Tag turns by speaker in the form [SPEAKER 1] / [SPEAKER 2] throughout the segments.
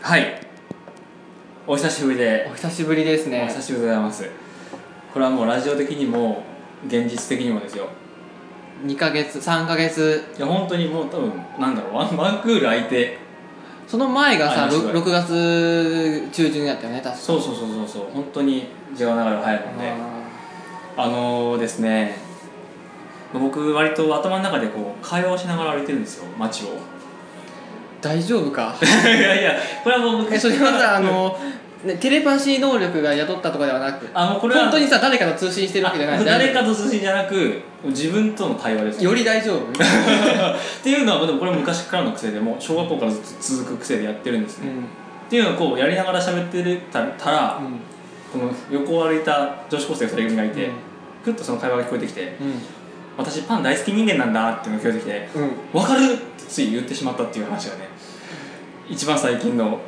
[SPEAKER 1] はいお久しぶりで
[SPEAKER 2] お久しぶりです
[SPEAKER 1] お
[SPEAKER 2] ね
[SPEAKER 1] 久しぶりでございますこれはもうラジオ的にも現実的にもですよ
[SPEAKER 2] 2ヶ月3ヶ月
[SPEAKER 1] いや本当にもう多分なんだろうワンワンクール空いて
[SPEAKER 2] その前が
[SPEAKER 1] あ
[SPEAKER 2] さ
[SPEAKER 1] りました
[SPEAKER 2] 6, 月中旬だったよね確か
[SPEAKER 1] そうそうそうそうそう本当に時間が流れ早いのであ
[SPEAKER 2] あ
[SPEAKER 1] のー、ですね僕割と頭の中でこう会話をしながら歩いてるんですよ街を
[SPEAKER 2] ー大丈夫か
[SPEAKER 1] いやいやこれはもう僕
[SPEAKER 2] えそれはさあの、ね、テレパシー能力が雇ったとかではなく
[SPEAKER 1] あのこれは
[SPEAKER 2] 本当にさ誰かと通信してるわけじゃない
[SPEAKER 1] 誰かと通信じゃなく自分との対話です
[SPEAKER 2] より大丈夫、
[SPEAKER 1] っていうのはでもこれは昔からの癖でもう小学校からずっと続く癖でやってるんです
[SPEAKER 2] う
[SPEAKER 1] ね、
[SPEAKER 2] ん
[SPEAKER 1] っていうのをこうやりながら喋ってるたたら、
[SPEAKER 2] うん
[SPEAKER 1] この横を歩いた女子高生2人組がいて、
[SPEAKER 2] うん
[SPEAKER 1] ふっとその会話が聞こえてきて
[SPEAKER 2] うん
[SPEAKER 1] 「私パン大好き人間なんだ」っていうのが聞こえてきて「
[SPEAKER 2] うん
[SPEAKER 1] わかる!」ってつい言ってしまったっていう話がね一番最近の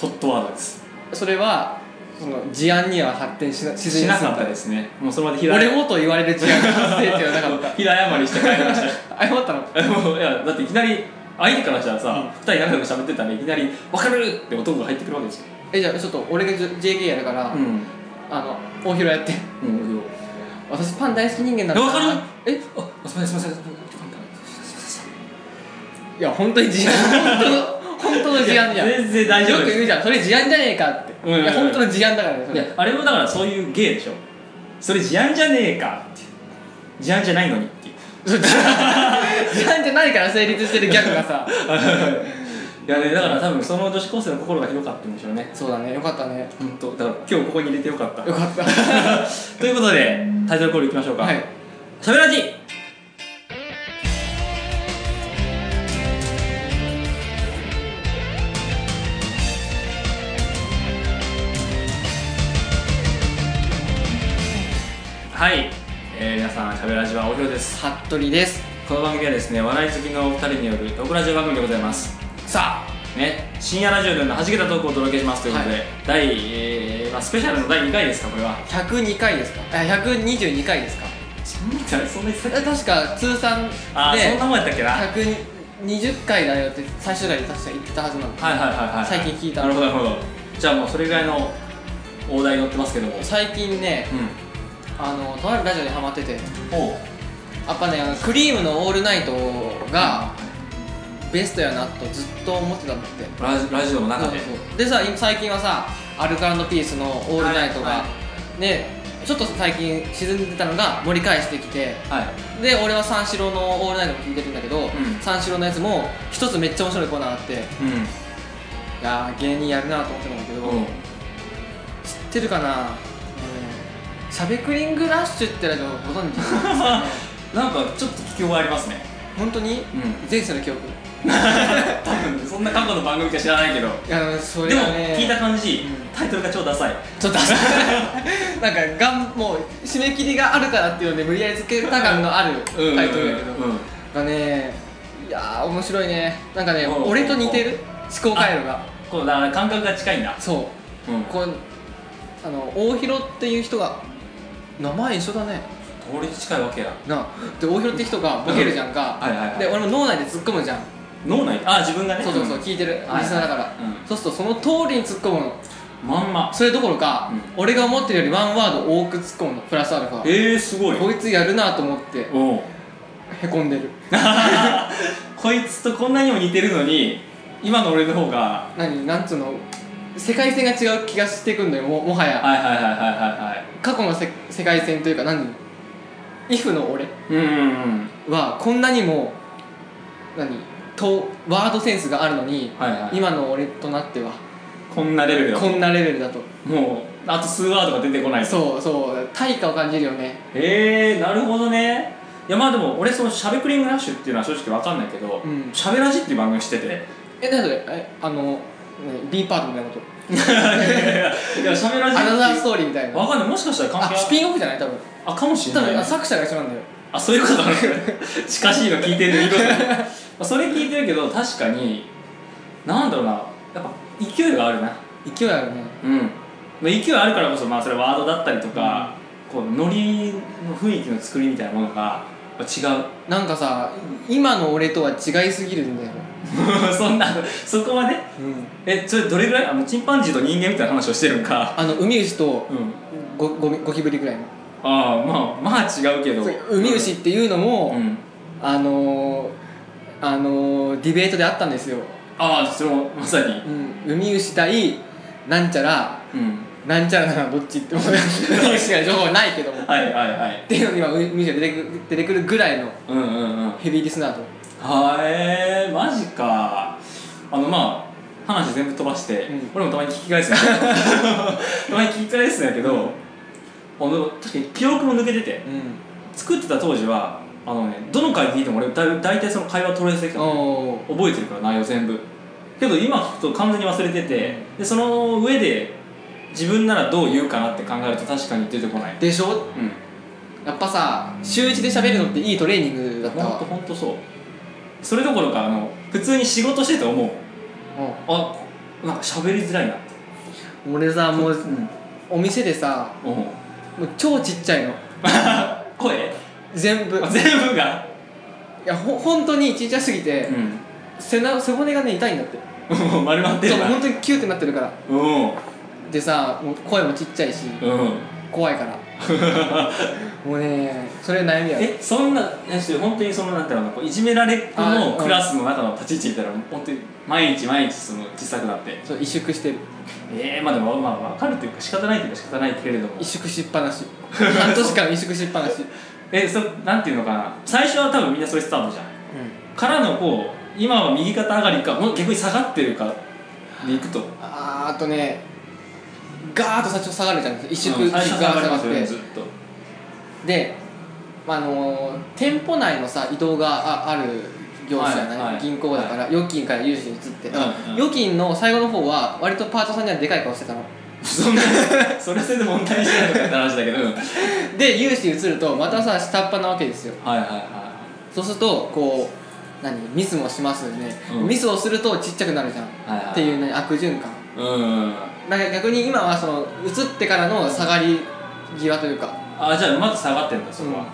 [SPEAKER 1] ホットワードです
[SPEAKER 2] それはその事案には発展しなしずに
[SPEAKER 1] しなかったですねもうその場で平
[SPEAKER 2] 俺もと言われる事案の発生っていうのはなかっ
[SPEAKER 1] 平謝りして帰りました
[SPEAKER 2] た謝ったの
[SPEAKER 1] もういやだっていきなり相手からしたら
[SPEAKER 2] うん
[SPEAKER 1] さ、二人仲良く喋ってたらいきなり「分かる!」って男が入ってくるわけですよ
[SPEAKER 2] えじゃあちょっと俺が J- JK やるから、
[SPEAKER 1] ん
[SPEAKER 2] あの大広やって
[SPEAKER 1] うんよ
[SPEAKER 2] 私パン大好き人間なん
[SPEAKER 1] わかる
[SPEAKER 2] え
[SPEAKER 1] あすみませんすみません
[SPEAKER 2] いや本当に事案本当の本当の事案じゃんよ
[SPEAKER 1] 全然大丈夫
[SPEAKER 2] く
[SPEAKER 1] です
[SPEAKER 2] 言うじゃんそれ事案じゃねえかって、
[SPEAKER 1] うんうんうん
[SPEAKER 2] いや本当の事案だからねそ
[SPEAKER 1] いや
[SPEAKER 2] れ
[SPEAKER 1] あれもだからそういう芸でしょそれ事案じゃねえかって事案じゃないのにっていう
[SPEAKER 2] 事案じゃないから成立してるギャグがさ
[SPEAKER 1] いやねだから多分その女子高生の心が広かったんでしょうね
[SPEAKER 2] そうだねよかったね
[SPEAKER 1] 本当だから今日ここに入れてよか った
[SPEAKER 2] よかった
[SPEAKER 1] ということでタイトルコールいきましょうか
[SPEAKER 2] はい
[SPEAKER 1] しゃべらじはい、えー、皆さんしゃべらじはおひょです
[SPEAKER 2] 服部です
[SPEAKER 1] この番組はですね笑い好きのお二人によるトークラジオ番組でございますさあね深夜ラジオのようなはじけたトークをお届けしますということで、
[SPEAKER 2] はい
[SPEAKER 1] 第、えーまあ、スペシャルの第2回ですかこれは
[SPEAKER 2] 102回ですかあ122回ですか
[SPEAKER 1] そんなそんな
[SPEAKER 2] え確か通算で
[SPEAKER 1] あーそんなもんやったっけな
[SPEAKER 2] 120回だよって最終回で確か言ってたはずなんで
[SPEAKER 1] はいはいはいはい
[SPEAKER 2] 最近聞いた
[SPEAKER 1] なるほどなるほどじゃあもうそれぐらいの大台に乗ってますけども
[SPEAKER 2] 最近ね
[SPEAKER 1] う
[SPEAKER 2] あのとあるラジオにハマっててや
[SPEAKER 1] んおう
[SPEAKER 2] っぱねあのクリームの「オールナイト」が
[SPEAKER 1] あ
[SPEAKER 2] ベストやなとずっと思ってたんだって
[SPEAKER 1] ラジラジオの中
[SPEAKER 2] そう
[SPEAKER 1] で
[SPEAKER 2] そうでさ今最近はさアルカピースの「オールナイトが」
[SPEAKER 1] はいは
[SPEAKER 2] ねちょっと最近沈んでたのが盛り返してきて
[SPEAKER 1] はい
[SPEAKER 2] で俺は三四郎の「オールナイト」も聞いてるんだけど、
[SPEAKER 1] ん
[SPEAKER 2] 三四郎のやつも一つめっちゃ面白いコーナーあって
[SPEAKER 1] う
[SPEAKER 2] いやー芸人やるなと思ってたんだけど、
[SPEAKER 1] んうん
[SPEAKER 2] 知ってるかなあのねしゃべくりングラッシュってラジオご存知です か、ね、
[SPEAKER 1] なんかちょっと聞き覚えあります ね
[SPEAKER 2] 本当に、
[SPEAKER 1] う
[SPEAKER 2] 前世の記憶
[SPEAKER 1] 多分そんな過去の番組か知らないけど
[SPEAKER 2] いやそ
[SPEAKER 1] で
[SPEAKER 2] れ
[SPEAKER 1] も
[SPEAKER 2] はね
[SPEAKER 1] 聞いた感じ
[SPEAKER 2] うん
[SPEAKER 1] タイトルが超ダサい
[SPEAKER 2] ちょっと なんかがんもう締め切りがあるからっていうので無理やりつけた感のある
[SPEAKER 1] うん
[SPEAKER 2] タイトルだけど、
[SPEAKER 1] うん
[SPEAKER 2] がねいやー面白いねなんかね
[SPEAKER 1] おうおうおう
[SPEAKER 2] 俺と似てる思考回路が
[SPEAKER 1] こうだから感覚が近いんだ
[SPEAKER 2] そう
[SPEAKER 1] うん
[SPEAKER 2] こうあの大広っていう人が名前一緒だね
[SPEAKER 1] 通り近いわけや
[SPEAKER 2] なあで大広って人がボケるじゃんか、
[SPEAKER 1] はいはいはい
[SPEAKER 2] で俺も脳内で突っ込むじゃん
[SPEAKER 1] 脳内あ自分がね
[SPEAKER 2] そうそうそう聞いてるリス
[SPEAKER 1] はい
[SPEAKER 2] ナーだから、
[SPEAKER 1] うん
[SPEAKER 2] そうするとその通りに突っ込むの
[SPEAKER 1] うんまんま
[SPEAKER 2] それどころか、
[SPEAKER 1] う
[SPEAKER 2] 俺が思ってるよりワンワード多く突っ込むのプラスアルファ
[SPEAKER 1] えーすごい
[SPEAKER 2] こいつやるなと思って
[SPEAKER 1] おう
[SPEAKER 2] へこんでる
[SPEAKER 1] こいつとこんなにも似てるのに今の俺の方が
[SPEAKER 2] 何なんつうの世界線が違う気がしてくんだよももはや
[SPEAKER 1] はいはいはいはいはいはい
[SPEAKER 2] 過去のせ世界線というか何イフの俺
[SPEAKER 1] うんうんうん
[SPEAKER 2] はこんなにも何とワードセンスがあるのに、
[SPEAKER 1] はいはい
[SPEAKER 2] 今の俺となっては
[SPEAKER 1] こんなレベルだ
[SPEAKER 2] こんなレベルだと
[SPEAKER 1] もうあと数ワードが出てこないと
[SPEAKER 2] そうそう対価を感じるよね
[SPEAKER 1] へえー、なるほどねいやまあでも俺そのしゃべくりングラッシュっていうのは正直わかんないけど
[SPEAKER 2] うん
[SPEAKER 1] 「しゃべらじ」っていう番組してて
[SPEAKER 2] え何それえあの何 B パートみたいなこと
[SPEAKER 1] いやしゃべら
[SPEAKER 2] ア
[SPEAKER 1] じ
[SPEAKER 2] ナザース
[SPEAKER 1] っ
[SPEAKER 2] トーリーみたい
[SPEAKER 1] て
[SPEAKER 2] な
[SPEAKER 1] わかんないもしかしたら関
[SPEAKER 2] あ
[SPEAKER 1] 係
[SPEAKER 2] ス
[SPEAKER 1] ある
[SPEAKER 2] ピンオフじゃない多分
[SPEAKER 1] あかもし
[SPEAKER 2] 多
[SPEAKER 1] れない
[SPEAKER 2] 分
[SPEAKER 1] ね
[SPEAKER 2] あ作者が一緒なんだよ
[SPEAKER 1] あそういうことなの近しいの聞いてるいろいろ まあそれ聞いてるけど確かになんだろうなやっぱ勢いがあるな
[SPEAKER 2] 勢いあるね
[SPEAKER 1] うん、まあ、勢いあるからこそ、まあ、それワードだったりとか、こうノリの雰囲気の作りみたいなものがぱ違う
[SPEAKER 2] なんかさ今の俺とは違いすぎるんだよ、
[SPEAKER 1] そんなそこまで
[SPEAKER 2] うん、
[SPEAKER 1] えそれどれぐらいあのチンパンジーと人間みたいな話をしてるんか
[SPEAKER 2] あのウミウシと
[SPEAKER 1] うん
[SPEAKER 2] ゴゴミゴキブリぐらいの
[SPEAKER 1] ああまあまあ違うけど
[SPEAKER 2] そうウミウシっていうのも、
[SPEAKER 1] うん
[SPEAKER 2] あのーあのーディベートであったんですよ、
[SPEAKER 1] ああそれもまさに
[SPEAKER 2] うん、ウミウシ対なんちゃら
[SPEAKER 1] うん
[SPEAKER 2] なんちゃらならどっちって思うウミウシが情報ないけどもっ
[SPEAKER 1] はいはいはい
[SPEAKER 2] ていうのに今ウミウシが出てく出てくるぐらいの
[SPEAKER 1] うんうんうん
[SPEAKER 2] ヘビーリスナーと、
[SPEAKER 1] はえー、マジかあのまあ話全部飛ばして、
[SPEAKER 2] うん
[SPEAKER 1] 俺もたまに聞き返すんやけどたまに聞き返すんやけど、あの確かに記憶も抜けてて作ってた当時はあのねどの回聞いても俺だい大体その会話トレースできたの
[SPEAKER 2] おー
[SPEAKER 1] 覚えてるから内容全部けど今聞くと完全に忘れててでその上で自分ならどう言うかなって考えると確かに出てこない
[SPEAKER 2] でしょ
[SPEAKER 1] うん
[SPEAKER 2] やっぱさ週1で喋るのっていいトレーニングだった
[SPEAKER 1] ほんと
[SPEAKER 2] わ
[SPEAKER 1] ほんとそうそれどころかあの普通に仕事してて思うあなんか喋りづらいなって
[SPEAKER 2] うん俺さも
[SPEAKER 1] う、
[SPEAKER 2] うんお店でさもう超ちっちゃいの
[SPEAKER 1] 声
[SPEAKER 2] 全部い
[SPEAKER 1] あ全部が
[SPEAKER 2] やほ本当にちっちゃすぎて、
[SPEAKER 1] う
[SPEAKER 2] 背な背骨がね痛いんだって
[SPEAKER 1] ん丸まって
[SPEAKER 2] そう
[SPEAKER 1] るな
[SPEAKER 2] 本当にキューってなってるから
[SPEAKER 1] うん
[SPEAKER 2] でさもう声もちっちゃいし
[SPEAKER 1] うん
[SPEAKER 2] 怖 いからもうねそれ悩みや
[SPEAKER 1] えそんなえそれ本当にそのなんていうのかなこういじめられっ子のクラスの中の立ち位置でいたら本当に毎日毎日その小さくなって
[SPEAKER 2] そう萎縮してる
[SPEAKER 1] ええまあでもまあまあ分かるっていうか仕方ないっていうか仕方ないけれども
[SPEAKER 2] 萎縮しっぱなし半年間萎縮しっ ぱなし、
[SPEAKER 1] えそなんていうのかな最初は多分みんなそれスタートじゃん
[SPEAKER 2] うん、
[SPEAKER 1] からのこう今は右肩上がりかもう逆に下がってるかでいくと
[SPEAKER 2] あーあとねガーッと最初下がるじゃん萎縮
[SPEAKER 1] う
[SPEAKER 2] 萎
[SPEAKER 1] ん最
[SPEAKER 2] 縮
[SPEAKER 1] 初
[SPEAKER 2] が
[SPEAKER 1] は下が
[SPEAKER 2] 下
[SPEAKER 1] りま
[SPEAKER 2] がっ
[SPEAKER 1] すよねず
[SPEAKER 2] て
[SPEAKER 1] っと
[SPEAKER 2] で、まああのー店舗内のさ移動があある業種じゃない、
[SPEAKER 1] はいはい
[SPEAKER 2] 銀行だから、預金から融資に移って、
[SPEAKER 1] うんうん
[SPEAKER 2] 預金の最後の方は割とパートさんにはでかい顔してたの
[SPEAKER 1] そんなそれそれで問題にしてないのかって話だけどうんはい
[SPEAKER 2] で融資移るとまたさ下っ端なわけですよ
[SPEAKER 1] はいは
[SPEAKER 2] そうするとこう何ミスもしますよね、
[SPEAKER 1] うん
[SPEAKER 2] ミスをするとちっちゃくなるじゃん、
[SPEAKER 1] いはいは
[SPEAKER 2] っていうね悪循環
[SPEAKER 1] うん
[SPEAKER 2] だから逆に今はその移ってからの下がり際というか
[SPEAKER 1] あじゃあまず下がってんだそこは、
[SPEAKER 2] うん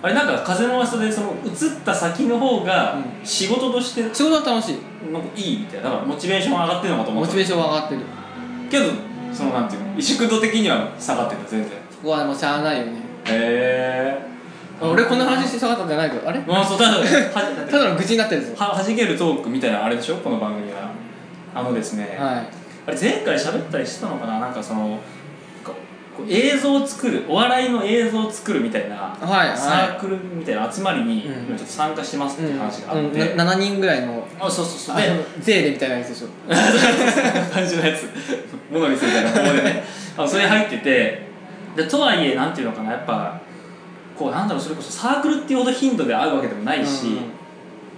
[SPEAKER 1] あれなんか風の噂でその移った先の方が
[SPEAKER 2] うん
[SPEAKER 1] 仕事として
[SPEAKER 2] 仕事は楽しい
[SPEAKER 1] なんかいいみたいなだからモチベーション上がってるのかと思っ
[SPEAKER 2] モ
[SPEAKER 1] た
[SPEAKER 2] チベーションは上がってる
[SPEAKER 1] けどそのなんていうの萎縮度的には下がってんだ全然へ
[SPEAKER 2] そこはもうしゃあないよね
[SPEAKER 1] え
[SPEAKER 2] 俺こんな話して下がったんじゃないけどあれ
[SPEAKER 1] まあそうただはだって
[SPEAKER 2] ただの愚痴になってるんですよ
[SPEAKER 1] ははじけるトークみたいなあれでしょこの番組はあのですね、
[SPEAKER 2] はい
[SPEAKER 1] あれ前回喋ったりしてたのかななんかそのここう映像を作るお笑いの映像を作るみたいな
[SPEAKER 2] はいはい
[SPEAKER 1] サークルみたいな集まりに
[SPEAKER 2] うん
[SPEAKER 1] 今ちょっと参加してますっていう話があって、
[SPEAKER 2] うん、な7人ぐらいの
[SPEAKER 1] あそうそうそう
[SPEAKER 2] あ
[SPEAKER 1] で
[SPEAKER 2] のゼーレみたいなやつでしょ
[SPEAKER 1] 感じのやつモノリスみたいなここでねあのそれ入っててでとはいえなんていうのかなやっぱこうなんだろうそれこそサークルっていうほど頻度で会うわけでもないし、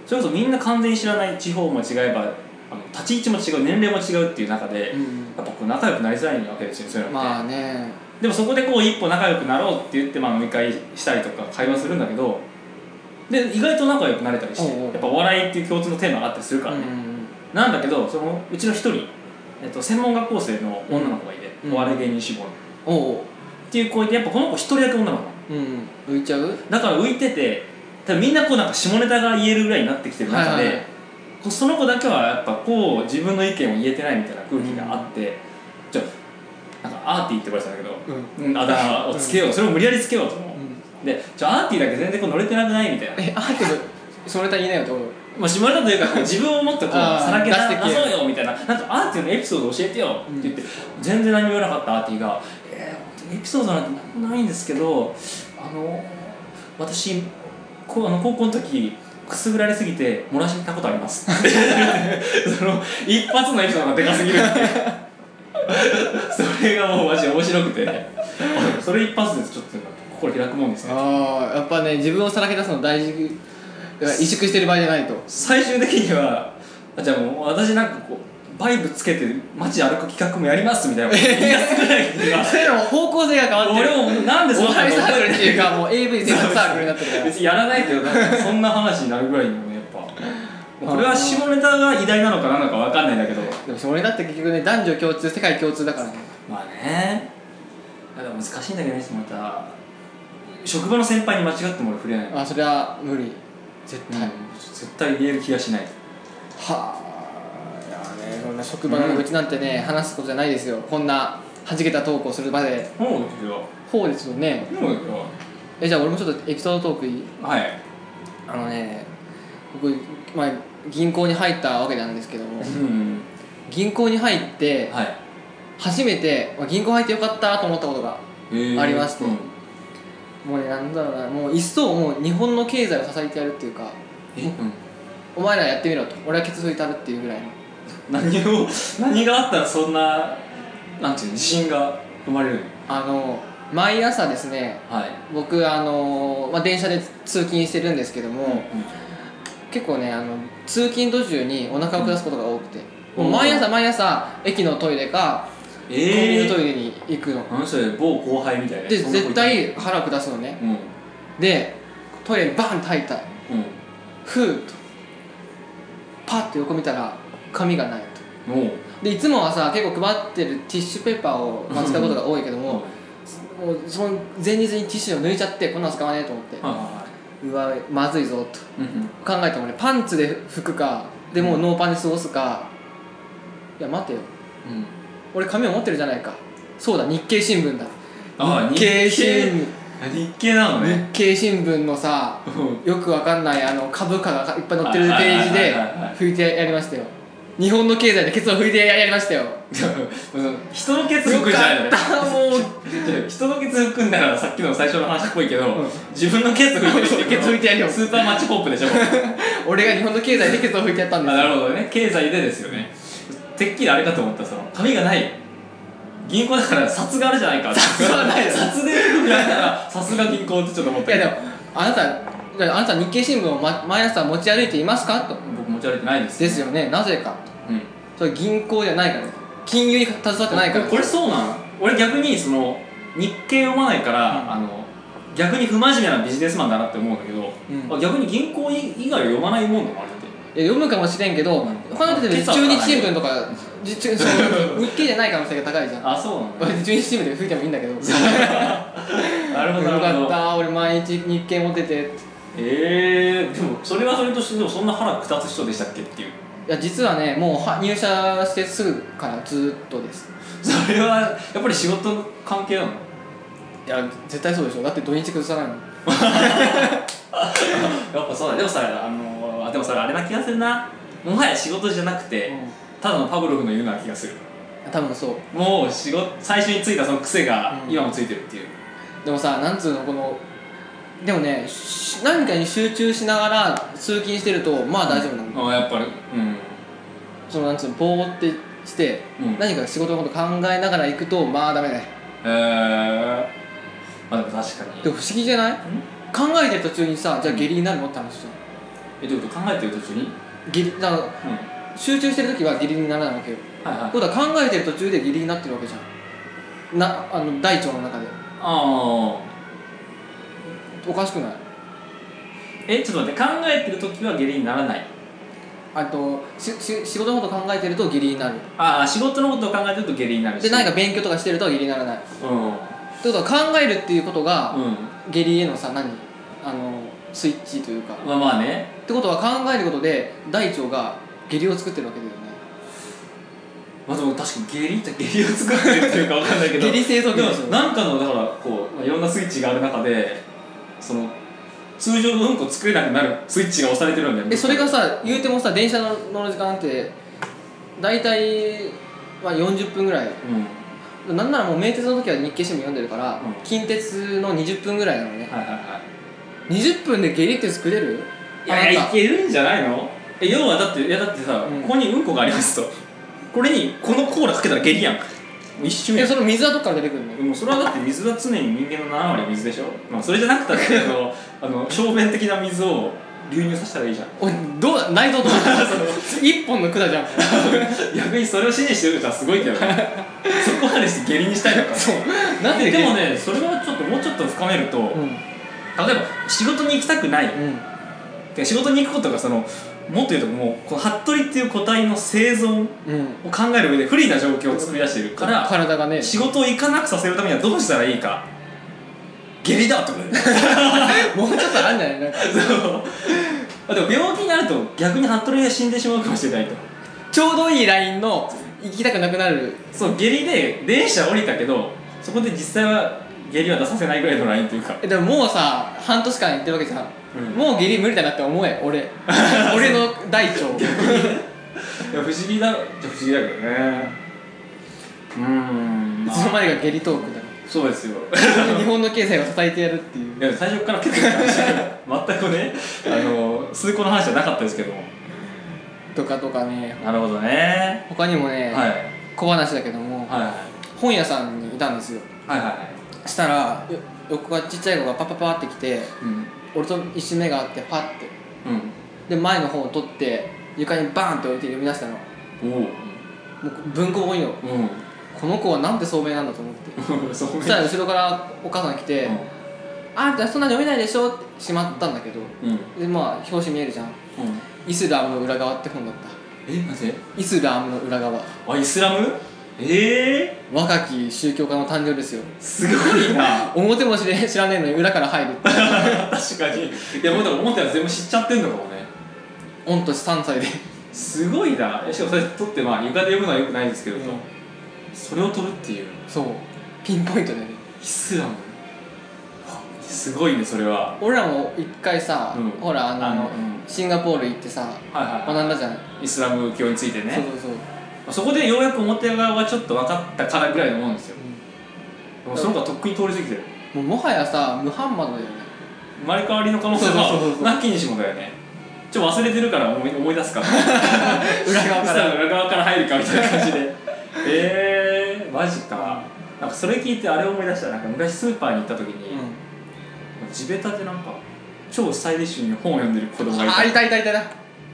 [SPEAKER 1] それこそみんな完全に知らない地方も違えばあの立ち位置も違う年齢も違うっていう中で、
[SPEAKER 2] う
[SPEAKER 1] やっ
[SPEAKER 2] んうん
[SPEAKER 1] ぱこう仲良くなりづらいわけですよねそういう
[SPEAKER 2] うん
[SPEAKER 1] のって、
[SPEAKER 2] まあね
[SPEAKER 1] でもそこでこう一歩仲良くなろうって言ってまあ飲み会したりとか会話するんだけどで意外と仲良くなれたりして
[SPEAKER 2] おうおう
[SPEAKER 1] やっぱお笑いっていう共通のテーマがあったりするからね、なんだけどそのうちの一人、えっと、専門学校生の女の子がいて、
[SPEAKER 2] うん
[SPEAKER 1] お笑い芸人志望のっ
[SPEAKER 2] おうおう
[SPEAKER 1] ていう子いてやっぱこの子一人だけ女の子なの
[SPEAKER 2] うん浮いちゃう
[SPEAKER 1] だから浮いてて多分みんなこうなんか下ネタが言えるぐらいになってきてる中で、
[SPEAKER 2] はいはいはい
[SPEAKER 1] こうその子だけはやっぱこう自分の意見を言えてないみたいな空気があって、じゃあなんかアーティーって言われてたんだけ
[SPEAKER 2] うん
[SPEAKER 1] ど、うん、あだ名をつけよう、それを無理やりつけようと思う、でじゃあアーティーだけ全然こう乗れてなくないみたいな
[SPEAKER 2] えあーけどそれた言えないよと思う
[SPEAKER 1] まあ、下ネタというかこう自分をもっとこう
[SPEAKER 2] あー
[SPEAKER 1] さらけ出して
[SPEAKER 2] 出してけ
[SPEAKER 1] そうよみたいななんかアーティーのエピソード教えてよって言って、全然何も言わなかったアーティーが「えー、本当にエピソードなんて何もないんですけどあの私こうあの高校の時くすぐられすぎて漏らしたことあり ます」その一発のエピソードがでかすぎるっていうそれがもうマジ面白くてあそれ一発でちょっと心開くもんですね
[SPEAKER 2] ああやっぱね自分をさらけ出すの大事だから萎縮してる場合じゃないと
[SPEAKER 1] 最終的にはあじゃあもう私なんかこうバイブつけて街歩く企画もやりますみたいなこと言い出すぐらいには
[SPEAKER 2] そういうのも方向性が変わってる
[SPEAKER 1] 俺もなんでそん
[SPEAKER 2] お
[SPEAKER 1] な
[SPEAKER 2] 笑い
[SPEAKER 1] こと
[SPEAKER 2] サークルっていう
[SPEAKER 1] か
[SPEAKER 2] かもう AV 全部サークルになってるから
[SPEAKER 1] 別にやらないけどなんかそんな話になるぐらいにもねやっぱこれは下ネタが偉大なのか何なのか分かんないんだけど
[SPEAKER 2] でもそれだって結局ね男女共通世界共通だからね
[SPEAKER 1] まあねいやでも難しいんだけどね下ネタ職場の先輩に間違っても俺触れない
[SPEAKER 2] あそれは無理絶
[SPEAKER 1] うん
[SPEAKER 2] 対、は
[SPEAKER 1] 絶対言える気がしない
[SPEAKER 2] あいやーねそんな職場の愚痴なんてね、話すことじゃないですよこんなはじけたトークをする場で
[SPEAKER 1] そうですよ
[SPEAKER 2] こうですよね
[SPEAKER 1] そうですよ
[SPEAKER 2] えじゃあ俺もちょっとエピソードトークいい
[SPEAKER 1] はい
[SPEAKER 2] あのね僕、まあ、銀行に入ったわけなんですけども
[SPEAKER 1] うん
[SPEAKER 2] 銀行に入って
[SPEAKER 1] はい
[SPEAKER 2] 初めて、まあ、銀行入ってよかったと思ったことが
[SPEAKER 1] へー
[SPEAKER 2] ありまして
[SPEAKER 1] うん
[SPEAKER 2] もうねなんだろうなもう一層もう日本の経済を支えてやるっていうか
[SPEAKER 1] えうん
[SPEAKER 2] お前らやってみろと俺は結論至るっていうぐらいの
[SPEAKER 1] 何を何があったらそんななんていうの自信が生まれるの
[SPEAKER 2] あの毎朝ですね
[SPEAKER 1] はい
[SPEAKER 2] 僕あの、まあ、電車で通勤してるんですけども、結構ねあの通勤途中にお腹を下すことが多くて、
[SPEAKER 1] うん
[SPEAKER 2] もう毎朝毎朝駅のトイレか
[SPEAKER 1] え
[SPEAKER 2] コンビニ
[SPEAKER 1] え
[SPEAKER 2] のト
[SPEAKER 1] ー、
[SPEAKER 2] イレに行くの、
[SPEAKER 1] 何それ某後輩みたいな
[SPEAKER 2] で
[SPEAKER 1] そんな子
[SPEAKER 2] 絶
[SPEAKER 1] いた
[SPEAKER 2] 対腹を下すのね
[SPEAKER 1] うんうん
[SPEAKER 2] でトイレにバンって入ったふーっとパッと横見たら紙がないと
[SPEAKER 1] もう
[SPEAKER 2] でいつもはさ結構配ってるティッシュペーパーをまあ使うことが多いけども、もうその前日にティッシュを抜いちゃってこんなの使わねえと思って
[SPEAKER 1] はいは
[SPEAKER 2] うわまずいぞと
[SPEAKER 1] いはいうん
[SPEAKER 2] 考えてもねパンツで拭くかでもうノーパンで過ごすかいや待てよ
[SPEAKER 1] うん
[SPEAKER 2] 俺紙を持ってるじゃないかそうだ日経新聞だ
[SPEAKER 1] あ
[SPEAKER 2] 日経新聞
[SPEAKER 1] あ日経なのね
[SPEAKER 2] 日経新聞のさ
[SPEAKER 1] うん
[SPEAKER 2] よくわかんないあの株価がいっぱい載ってるページ
[SPEAKER 1] はい
[SPEAKER 2] で
[SPEAKER 1] はいはいはい
[SPEAKER 2] 拭いてやりましたよ日本の経済でケツを拭いてやりましたよ
[SPEAKER 1] 人のケツ拭くんじゃないの
[SPEAKER 2] よかったも う
[SPEAKER 1] 人のケツ拭くんならさっきの最初の話っぽいけど、
[SPEAKER 2] うん
[SPEAKER 1] 自分のケツ拭いてるって
[SPEAKER 2] ケツ拭いてやるよ
[SPEAKER 1] スーパーマッチポップでしょ
[SPEAKER 2] 俺が日本の経済でケツを拭いてやった
[SPEAKER 1] あ
[SPEAKER 2] んです
[SPEAKER 1] な
[SPEAKER 2] よ
[SPEAKER 1] るほどね経済でですよねてっきりあれかと思ったその紙がない銀行だから札があるじゃないか札
[SPEAKER 2] はないよ
[SPEAKER 1] 札で拭くんだから札が銀行ってちょっと思っ
[SPEAKER 2] い
[SPEAKER 1] た
[SPEAKER 2] や
[SPEAKER 1] け
[SPEAKER 2] で
[SPEAKER 1] ど
[SPEAKER 2] もあなたいやあなた日経新聞を、ま、毎朝持ち歩いていますかと
[SPEAKER 1] 僕持ち歩いてないです
[SPEAKER 2] ですよねなぜか
[SPEAKER 1] うん
[SPEAKER 2] それ銀行じゃないからね金融に携わってないから
[SPEAKER 1] これそうなの俺逆にその日経読まないから、
[SPEAKER 2] うん
[SPEAKER 1] あの逆に不真面目なビジネスマンだなって思うんだけど、
[SPEAKER 2] う
[SPEAKER 1] あ
[SPEAKER 2] ん
[SPEAKER 1] 逆に銀行以以外読まないもんだもんあれって
[SPEAKER 2] いや読むかもしれんけど
[SPEAKER 1] うん
[SPEAKER 2] 他の例え
[SPEAKER 1] 今
[SPEAKER 2] ば
[SPEAKER 1] 朝
[SPEAKER 2] 中
[SPEAKER 1] は
[SPEAKER 2] 日新聞とかじ中その日経じゃない可能性が高いじゃん
[SPEAKER 1] あそうなんだ
[SPEAKER 2] 俺中日新聞で吹いてもいいんだけどよ
[SPEAKER 1] なるほどなる
[SPEAKER 2] か
[SPEAKER 1] ほ
[SPEAKER 2] っ
[SPEAKER 1] ど
[SPEAKER 2] た俺毎日日経持ってて
[SPEAKER 1] えー、でもそれはそれとしてでもそんな腹下す人でしたっけっていう
[SPEAKER 2] いや実はねもうは入社してすぐからずっとです
[SPEAKER 1] それはやっぱり仕事の関係なの
[SPEAKER 2] いや絶対そうでしょだって土日崩さないもん
[SPEAKER 1] やっぱそうだでもさあのあでもそれあれな気がするなもはや仕事じゃなくて、ただのパブロフの言うな気がする
[SPEAKER 2] 多分そう
[SPEAKER 1] もう仕事最初についたその癖が
[SPEAKER 2] うん
[SPEAKER 1] 今もついてるっていう、
[SPEAKER 2] でもさなんつうのこのでもねし何かに集中しながら通勤してるとまあ大丈夫なの、
[SPEAKER 1] あやっぱりうん
[SPEAKER 2] そのなんつうのぼーってして、
[SPEAKER 1] うん
[SPEAKER 2] 何か仕事のこと考えながら行くとまあダメだね
[SPEAKER 1] えー、まあでも確か
[SPEAKER 2] で
[SPEAKER 1] に
[SPEAKER 2] も不思議じゃない考えてる途中にさじゃあ下痢になるのって話じ
[SPEAKER 1] えどういうこと考えてる途中に、うん、
[SPEAKER 2] ゃん下痢だから
[SPEAKER 1] は
[SPEAKER 2] 集中してる時は下痢にならないわけよ
[SPEAKER 1] いはい
[SPEAKER 2] ということは考えてる途中で下痢になってるわけじゃんなあの大腸の中で
[SPEAKER 1] ああ
[SPEAKER 2] おかしくない
[SPEAKER 1] えちょっと待って考えてる時は下痢にならない
[SPEAKER 2] あとしし仕事のこと考えてると下痢になる
[SPEAKER 1] ああ仕事のことを考えてると下痢になるし
[SPEAKER 2] で何か勉強とかしてると下痢にならない
[SPEAKER 1] うんうん
[SPEAKER 2] ということは考えるっていうことが、下痢へのさ何あのスイッチというかっ
[SPEAKER 1] まあまあね
[SPEAKER 2] てことは考えることで大腸が下痢を作ってるわけだよね
[SPEAKER 1] まあでも確かに下痢って下痢を作ってるっていうかわかんないけど
[SPEAKER 2] 下痢性と
[SPEAKER 1] で
[SPEAKER 2] か
[SPEAKER 1] も
[SPEAKER 2] でしょ
[SPEAKER 1] なんかのだからこう、まあ、いろんなスイッチがある中でその通常のうんこ作れなくなるスイッチが押されてるんだよね
[SPEAKER 2] えそれがさ言うてもさ電車の乗る時間って大体、まあ、40分ぐらい
[SPEAKER 1] うん
[SPEAKER 2] なんならもう名鉄の時は日経新聞読んでるから、
[SPEAKER 1] うん
[SPEAKER 2] 近鉄の20分ぐらいなのね
[SPEAKER 1] はいはいはい
[SPEAKER 2] 20分で下痢って作れる
[SPEAKER 1] いやい
[SPEAKER 2] あ
[SPEAKER 1] や
[SPEAKER 2] ないた
[SPEAKER 1] けるんじゃないのえ要はだっていやだってさ、
[SPEAKER 2] うん
[SPEAKER 1] ここにうんこがありますとこれにこのコーラかけたら下痢やんもう一瞬や
[SPEAKER 2] え
[SPEAKER 1] ん
[SPEAKER 2] その水はどっから出てくる の
[SPEAKER 1] もうそれはだって水は常に人間の7割は水でしょ、まあ、それじゃなくたってあのあの表面的な水を流入させたらいいじゃん
[SPEAKER 2] おいどう内 臓と思った一本の管 じゃん
[SPEAKER 1] 逆にそれを支持してる人はすごいけど ねそこまでして下痢にしたいのかそう
[SPEAKER 2] なんで
[SPEAKER 1] で
[SPEAKER 2] 下痢
[SPEAKER 1] もねそれはちょっともうちょっと深めると、
[SPEAKER 2] う
[SPEAKER 1] 例え
[SPEAKER 2] ん
[SPEAKER 1] ば仕事に行きたくない、
[SPEAKER 2] うん
[SPEAKER 1] で仕事に行くことがそのもっと言うともうこの服部っていう個体の生存を
[SPEAKER 2] うん、
[SPEAKER 1] 考える上で不利な状況を作り出しているから
[SPEAKER 2] 体がね
[SPEAKER 1] 仕事を行かなくさせるためにはどうしたらいいか下痢だとか言う
[SPEAKER 2] もうちょっとあんじゃないなんか
[SPEAKER 1] そう あでも病気になると逆に服部が死んでしまうかもしれないと
[SPEAKER 2] ちょうどいいラインの行きたくなくなる
[SPEAKER 1] そう下痢で電車降りたけどそこで実際は下痢は出させないぐらいのラインというか
[SPEAKER 2] えでももうさ半年間行ってるわけじゃん、
[SPEAKER 1] うん
[SPEAKER 2] もうギリ無理だなって思え俺 俺の大 腸
[SPEAKER 1] いや不思議だ不思議だけどねうーん、
[SPEAKER 2] い
[SPEAKER 1] ま
[SPEAKER 2] つの
[SPEAKER 1] あ、
[SPEAKER 2] 間にかゲリトークだ
[SPEAKER 1] そうですよ
[SPEAKER 2] な日本の経済を支えてやるってい う
[SPEAKER 1] いや最初から結構全くねあの崇高な話じゃなかったですけども
[SPEAKER 2] とかとかね
[SPEAKER 1] なるほどね
[SPEAKER 2] 他にもね、
[SPEAKER 1] はい
[SPEAKER 2] 小話だけども、
[SPEAKER 1] はい
[SPEAKER 2] 本屋さんにいたんですよ
[SPEAKER 1] はいはいはい
[SPEAKER 2] したらよ横がちっちゃい子がパッパッパッって来て
[SPEAKER 1] うん
[SPEAKER 2] 俺と一瞬目があってパッてで前の本を取って床にバーンって置いて読み出したのも
[SPEAKER 1] うんおお
[SPEAKER 2] う文庫本よ
[SPEAKER 1] うん
[SPEAKER 2] この子はなんて聡明なんだと思っ て
[SPEAKER 1] そこ
[SPEAKER 2] そしたら後ろからお母さん来て、あんたそんな読めないでしょってしまったんだけど
[SPEAKER 1] うんうん
[SPEAKER 2] でまあ表紙見えるじゃんイスラムの裏側って本だった
[SPEAKER 1] えなぜ
[SPEAKER 2] イスラムの裏側
[SPEAKER 1] あイスラムええ
[SPEAKER 2] 若き宗教家の誕生ですよ
[SPEAKER 1] すごいな
[SPEAKER 2] 表も知れ知らねえのに裏から入るって
[SPEAKER 1] 確かにいやもうでも思ったやつ全部知っちゃってんのかもね
[SPEAKER 2] 御年3歳で、
[SPEAKER 1] すごいなえしかもそれ取ってまあ床で読むのはよくないんですけど、それを取るっていう
[SPEAKER 2] そうピンポイントでね
[SPEAKER 1] イスラムすごいねそれは
[SPEAKER 2] 俺らも一回さ、
[SPEAKER 1] うん
[SPEAKER 2] ほらあの
[SPEAKER 1] あのうん
[SPEAKER 2] シンガポール行ってさ
[SPEAKER 1] はいはい、
[SPEAKER 2] 学んだじゃん、
[SPEAKER 1] イスラム教についてね
[SPEAKER 2] そうそうそう、
[SPEAKER 1] そこでようやく表側はちょっと分かったからぐらいのもんですよでもその方がとっくに通り過ぎてる
[SPEAKER 2] もうもはやさムハンマドだよね
[SPEAKER 1] 生まれ変わりの可能性
[SPEAKER 2] そうそうそうそう
[SPEAKER 1] はなきにしもだよねちょっと忘れてるから思い思い出すから
[SPEAKER 2] 裏側
[SPEAKER 1] イ
[SPEAKER 2] か
[SPEAKER 1] スラ ム
[SPEAKER 2] ら
[SPEAKER 1] 裏側から入るかみたいな感じ でえー、マジかなんかそれ聞いてあれ思い出したなんか昔スーパーに行った時に、
[SPEAKER 2] う
[SPEAKER 1] 地べたでなんか超スタイリッシュに本を読んでる子供が
[SPEAKER 2] ん
[SPEAKER 1] い
[SPEAKER 2] あ
[SPEAKER 1] た
[SPEAKER 2] いたいたいたい
[SPEAKER 1] ななん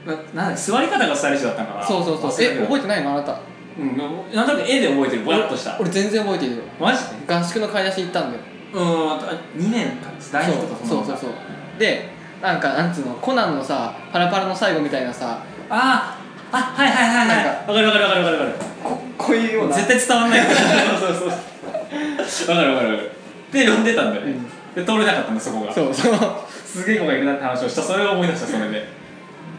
[SPEAKER 1] だっけ座り方がスタイリッシュだったのか
[SPEAKER 2] た
[SPEAKER 1] な
[SPEAKER 2] そうそうそ
[SPEAKER 1] 忘
[SPEAKER 2] う
[SPEAKER 1] れたけ
[SPEAKER 2] え
[SPEAKER 1] ど
[SPEAKER 2] 覚えてないのあなた
[SPEAKER 1] うん、なんとなく絵で覚えてるぼやっとした
[SPEAKER 2] 俺全然覚えているよ
[SPEAKER 1] マジで
[SPEAKER 2] 合宿の買い出し行ったんだよ
[SPEAKER 1] うんあと2年か大
[SPEAKER 2] そう
[SPEAKER 1] 学とか
[SPEAKER 2] そ
[SPEAKER 1] の
[SPEAKER 2] うそうそうでなんかなんつうのコナンのさパラパラの最後みたいなさ
[SPEAKER 1] あーあはいはいはいはい
[SPEAKER 2] なん
[SPEAKER 1] わかるわかるわかるわかるわか
[SPEAKER 2] ここうい
[SPEAKER 1] る
[SPEAKER 2] う
[SPEAKER 1] 絶対伝わんない そうそうそうわかるわかるわかるで読んでたんだよね、
[SPEAKER 2] うん
[SPEAKER 1] で通れなかったんだそこが
[SPEAKER 2] そうそう
[SPEAKER 1] すげえ子がいるなって話をしたそれを思い出したそれで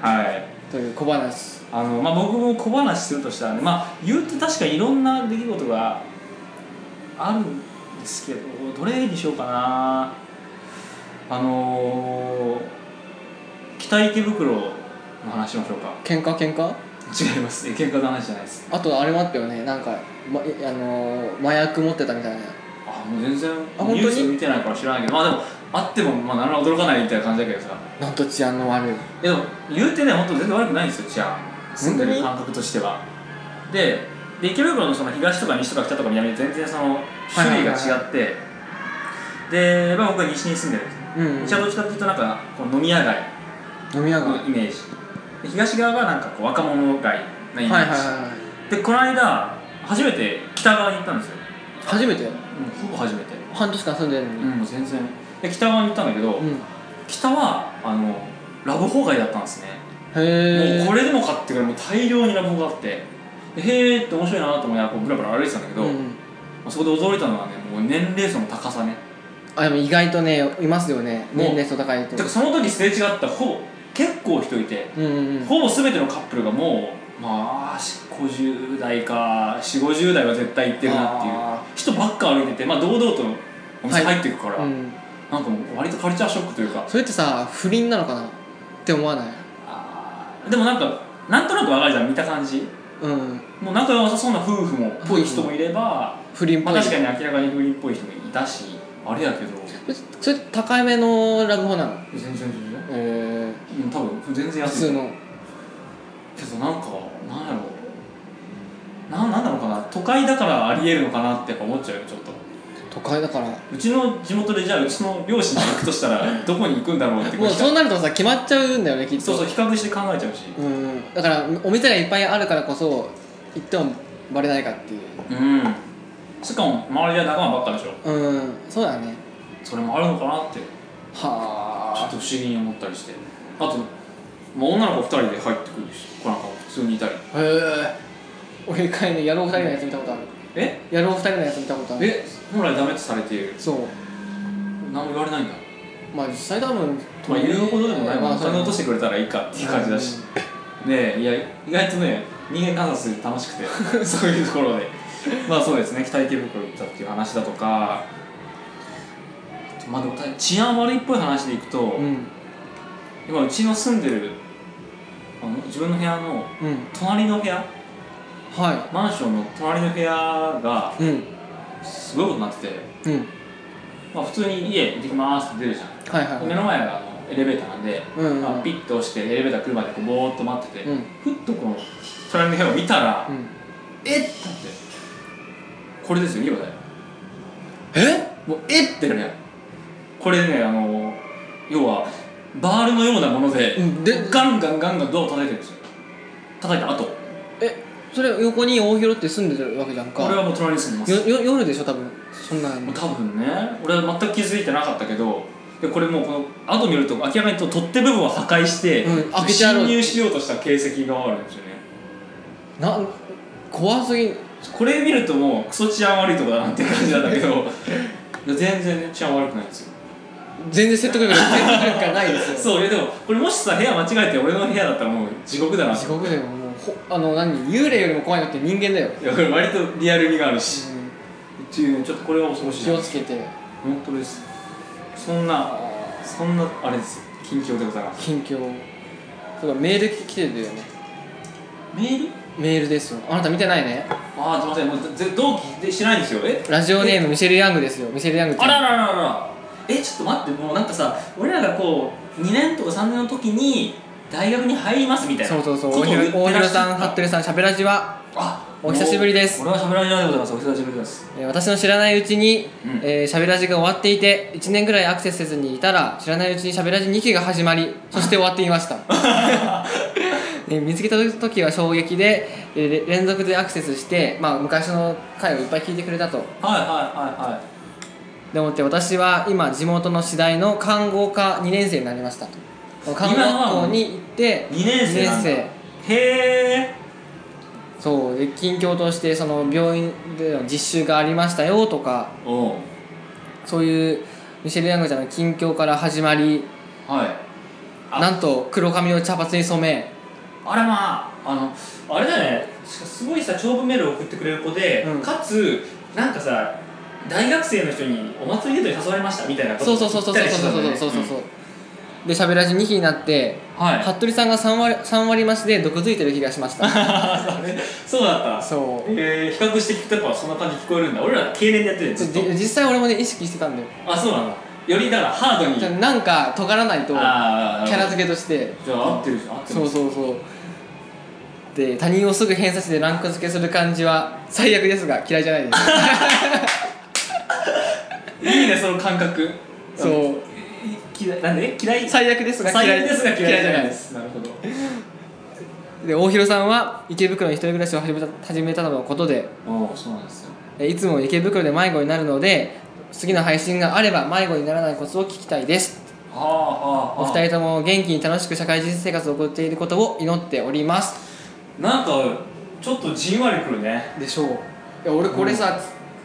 [SPEAKER 1] はい
[SPEAKER 2] という小話
[SPEAKER 1] あのまあ、僕も小話するとしたらね、まあ、言うと確かにいろんな出来事があるんですけどどれにしようかなあのー、北池袋の話しましょうか
[SPEAKER 2] 喧嘩喧嘩
[SPEAKER 1] 違いますえ喧嘩の話じゃないです
[SPEAKER 2] あとあれもあったよねなんか、ま、えあのー麻薬持ってたみたいな
[SPEAKER 1] あもう全然
[SPEAKER 2] 本当に
[SPEAKER 1] ニュース見てないから知らないけどまあでもあってもまあ何ら驚かないみたいな感じだけどさ
[SPEAKER 2] なんと治安の悪い
[SPEAKER 1] いやでも言うてね本当全然悪くないんですよ治安住んでる感覚としてはでで池袋のその東とか西とか北とか南で全然その種類が違って、で、まあ、僕は西に住んでるんですね
[SPEAKER 2] うん、
[SPEAKER 1] 西はどっちかっていうとなんかこう飲み屋街
[SPEAKER 2] 飲み屋が、は
[SPEAKER 1] の
[SPEAKER 2] い
[SPEAKER 1] イメージで東側がなんかこう若者街のイメージ、
[SPEAKER 2] はいは
[SPEAKER 1] でこの間初めて北側に行ったんですよ、
[SPEAKER 2] い初めて
[SPEAKER 1] うん、ほぼ初めて
[SPEAKER 2] 半年間住んでるの
[SPEAKER 1] う
[SPEAKER 2] に
[SPEAKER 1] んもう全然で北側に行ったんだけど、
[SPEAKER 2] うん、
[SPEAKER 1] 北はあのラブホ街だったんですね
[SPEAKER 2] へ
[SPEAKER 1] も
[SPEAKER 2] え
[SPEAKER 1] うこれでもかってくらいもう大量にラボがあってでへえって面白いなと思いながらこうブラブラ歩いてたんだけど、
[SPEAKER 2] う
[SPEAKER 1] ま
[SPEAKER 2] ん、
[SPEAKER 1] あ、そこで驚いたのはねもう年齢層の高さね
[SPEAKER 2] あでも意外とねいますよね
[SPEAKER 1] もう
[SPEAKER 2] 年齢層高い
[SPEAKER 1] て
[SPEAKER 2] と
[SPEAKER 1] かその時すれ違ったほぼ結構人いて
[SPEAKER 2] うんうん
[SPEAKER 1] ほぼ全てのカップルがもうまあ50代か4 5 0代は絶対行ってるなっていう
[SPEAKER 2] あ
[SPEAKER 1] 人ばっか歩いててまあ堂々とお店入っていくから、
[SPEAKER 2] ーうん
[SPEAKER 1] なんかもう割とカルチャーショックというか
[SPEAKER 2] それってさ不倫なのかなって思わない
[SPEAKER 1] でもなんかなんとなくわかるじゃん見た感じ
[SPEAKER 2] うん
[SPEAKER 1] もう仲良さそうな夫婦もっぽい人もいれば、
[SPEAKER 2] 不倫っ
[SPEAKER 1] ま
[SPEAKER 2] ぽ
[SPEAKER 1] あ、
[SPEAKER 2] い、
[SPEAKER 1] 確かに明らかに不倫っぽい人もいたしあれやけど
[SPEAKER 2] それ高めのラブホなの
[SPEAKER 1] 全然全然
[SPEAKER 2] え
[SPEAKER 1] うん多分全然
[SPEAKER 2] ー、普
[SPEAKER 1] 安い
[SPEAKER 2] 通の
[SPEAKER 1] けどなんかなんやろうななんだろうかな都会だからありえるのかなってやっぱ思っちゃうよちょっと
[SPEAKER 2] 都会だから
[SPEAKER 1] うちの地元でじゃあうちの両親に行くとした らどこに行くんだろうってこ
[SPEAKER 2] もう
[SPEAKER 1] う
[SPEAKER 2] そうなるとさ決まっちゃうんだよねきっと
[SPEAKER 1] そうそう比較して考えちゃうし
[SPEAKER 2] うんだからお店がいっぱいあるからこそ行ってもバレないかっていう
[SPEAKER 1] うんしかも周りは仲間ばっかでしょ
[SPEAKER 2] うんそうだね
[SPEAKER 1] それもあるのかなってちょっ
[SPEAKER 2] は
[SPEAKER 1] と不思議に思ったりしてあと、まあ、女の子2人で入ってくるしこうなんか普通にいたり
[SPEAKER 2] あへえ俺一回ね野郎二人のやつ見たことある
[SPEAKER 1] え
[SPEAKER 2] 野郎二人のやつ見たことある
[SPEAKER 1] え本来ダメとされている
[SPEAKER 2] そう
[SPEAKER 1] 何も言われないんだ
[SPEAKER 2] まあ実際多分
[SPEAKER 1] まあ言うほどでもないもん、
[SPEAKER 2] まあ
[SPEAKER 1] お金落としてくれたらいいかっていう感じだし、ねえいや意外とね人間観察楽しくてそういうところでまあそうですね北池袋行ったっていう話だとかあとまあでも治安悪いっぽい話でいくと、
[SPEAKER 2] うんうん
[SPEAKER 1] 今うちの住んでるあの自分の部屋の
[SPEAKER 2] うん
[SPEAKER 1] 隣の部屋
[SPEAKER 2] は
[SPEAKER 1] マンションの隣の部屋が
[SPEAKER 2] いうん
[SPEAKER 1] すごいことになってて、
[SPEAKER 2] うん
[SPEAKER 1] まあ、普通に家行ってきますって出るじゃん
[SPEAKER 2] はいはい
[SPEAKER 1] 目の前があのエレベーターなんで、
[SPEAKER 2] うんうん
[SPEAKER 1] まあ、ピッと押してエレベーター来るまでこうボーっと待ってて、
[SPEAKER 2] うんうん
[SPEAKER 1] ふっとこの隣の部屋を見たら、えっってなってこれですよ今だよ
[SPEAKER 2] え
[SPEAKER 1] もうえっってなるやんこれねあの要はバールのようなもので、
[SPEAKER 2] うんで
[SPEAKER 1] ガンガンガンガンドアを叩いてるんですよ叩いた後
[SPEAKER 2] えそれ横に大広って住んでるわけじゃんか
[SPEAKER 1] 俺はもう隣に住んでます
[SPEAKER 2] よよ夜でしょ多分そんなの
[SPEAKER 1] もう多分ね俺は全く気づいてなかったけどでこれもうこの後見ると明らかにと取っ手部分を破壊して、
[SPEAKER 2] うん開けてやろう
[SPEAKER 1] 侵入しようとした形跡があるんですよね
[SPEAKER 2] な怖すぎん
[SPEAKER 1] これ見るともうクソ治安悪いとこだなって感じなんだけど全然ね治安悪くないんですよ
[SPEAKER 2] 全然説得力が説得力がないですよ
[SPEAKER 1] そういやでもこれもしさ部屋間違えて俺の部屋だったらもう地獄だなって
[SPEAKER 2] 地獄でももうほあの何幽霊よりも怖いのって人間だよ、
[SPEAKER 1] いやこれ割とリアル味があるし、っ
[SPEAKER 2] う
[SPEAKER 1] ていうねちょっとこれは恐ろ
[SPEAKER 2] ん、
[SPEAKER 1] しい
[SPEAKER 2] 気をつけて
[SPEAKER 1] 本当ですそんなそんなあれですよ近況でございます
[SPEAKER 2] 近況とかメール来てるよね
[SPEAKER 1] メール
[SPEAKER 2] メールですよあなた見てないね
[SPEAKER 1] ああすいませんもうぜ同期でしないんですよえ
[SPEAKER 2] ラジオネームミシェル・ヤングですよミシェル・ヤングちゃ
[SPEAKER 1] あ
[SPEAKER 2] ん
[SPEAKER 1] らららららえちょっと待ってもうなんかさ俺らがこう2年とか3年の時に大学に入りますみたいな
[SPEAKER 2] そうそうそう
[SPEAKER 1] ことを
[SPEAKER 2] 大
[SPEAKER 1] 言って
[SPEAKER 2] 広大
[SPEAKER 1] らっ
[SPEAKER 2] 広
[SPEAKER 1] しゃ
[SPEAKER 2] さん服部さんしゃべらじは、
[SPEAKER 1] あ
[SPEAKER 2] お久しぶりです
[SPEAKER 1] 俺はしゃべらないでございますお久しぶりです
[SPEAKER 2] えー私の知らないうちに
[SPEAKER 1] うん
[SPEAKER 2] えーしゃべらじが終わっていて1年ぐらいアクセスせずにいたら知らないうちにしゃべらじ2期が始まりそして終わっていました ね見つけた時は衝撃でえーれ連続でアクセスして、まあ、昔の回をいっぱい聞いてくれたと
[SPEAKER 1] はいはいはいはい
[SPEAKER 2] で思って私は今地元の次第の看護科2年生になりましたと看護学校に行って
[SPEAKER 1] 2年生なんだ
[SPEAKER 2] 二年
[SPEAKER 1] へえ
[SPEAKER 2] そうで近況としてその病院での実習がありましたよとか
[SPEAKER 1] おう
[SPEAKER 2] そういうミシェル・ヤングちゃんの近況から始まり
[SPEAKER 1] はいあ
[SPEAKER 2] なんと黒髪を茶髪に染め
[SPEAKER 1] あらまああのあれだねしかすごいさ長文メールを送ってくれる子で、
[SPEAKER 2] うん
[SPEAKER 1] かつなんかさ大学生の人にお祭りデートに誘われましたみたいなこと
[SPEAKER 2] そうそうそうそうそうそうそうそうそうでしゃべらじ2期になって
[SPEAKER 1] はい
[SPEAKER 2] 服部さんが3割 ,3 割増しで毒づいてる気がしました
[SPEAKER 1] そうだった
[SPEAKER 2] そう
[SPEAKER 1] えー、比較して聞くとやっぱそんな感じ聞こえるんだ俺ら経年でやってるよずっと
[SPEAKER 2] で実際俺もね意識してたんだよ
[SPEAKER 1] あそうなんだよりだからハードに
[SPEAKER 2] じゃあなんか尖らないとキャ
[SPEAKER 1] あー
[SPEAKER 2] ラ付けとして
[SPEAKER 1] じゃあ合ってるじゃん合ってる
[SPEAKER 2] そうそうそうで他人をすぐ偏差値でランク付けする感じは最悪ですが嫌いじゃないです
[SPEAKER 1] いいねその感覚
[SPEAKER 2] そう
[SPEAKER 1] 嫌いなんで嫌い
[SPEAKER 2] 最悪ですが嫌い
[SPEAKER 1] 最悪ですが嫌いじゃない
[SPEAKER 2] で
[SPEAKER 1] ですすなるほど
[SPEAKER 2] で大広さんは池袋に一人暮らしを始めた始めたののことで
[SPEAKER 1] おおそうなんですよ
[SPEAKER 2] えいつも池袋で迷子になるので次の配信があれば迷子にならないコツを聞きたいです
[SPEAKER 1] はあはあ
[SPEAKER 2] お二人とも元気に楽しく社会人生活を送っていることを祈っております
[SPEAKER 1] なんかちょっとじんわりくるね
[SPEAKER 2] でしょういや俺これさ、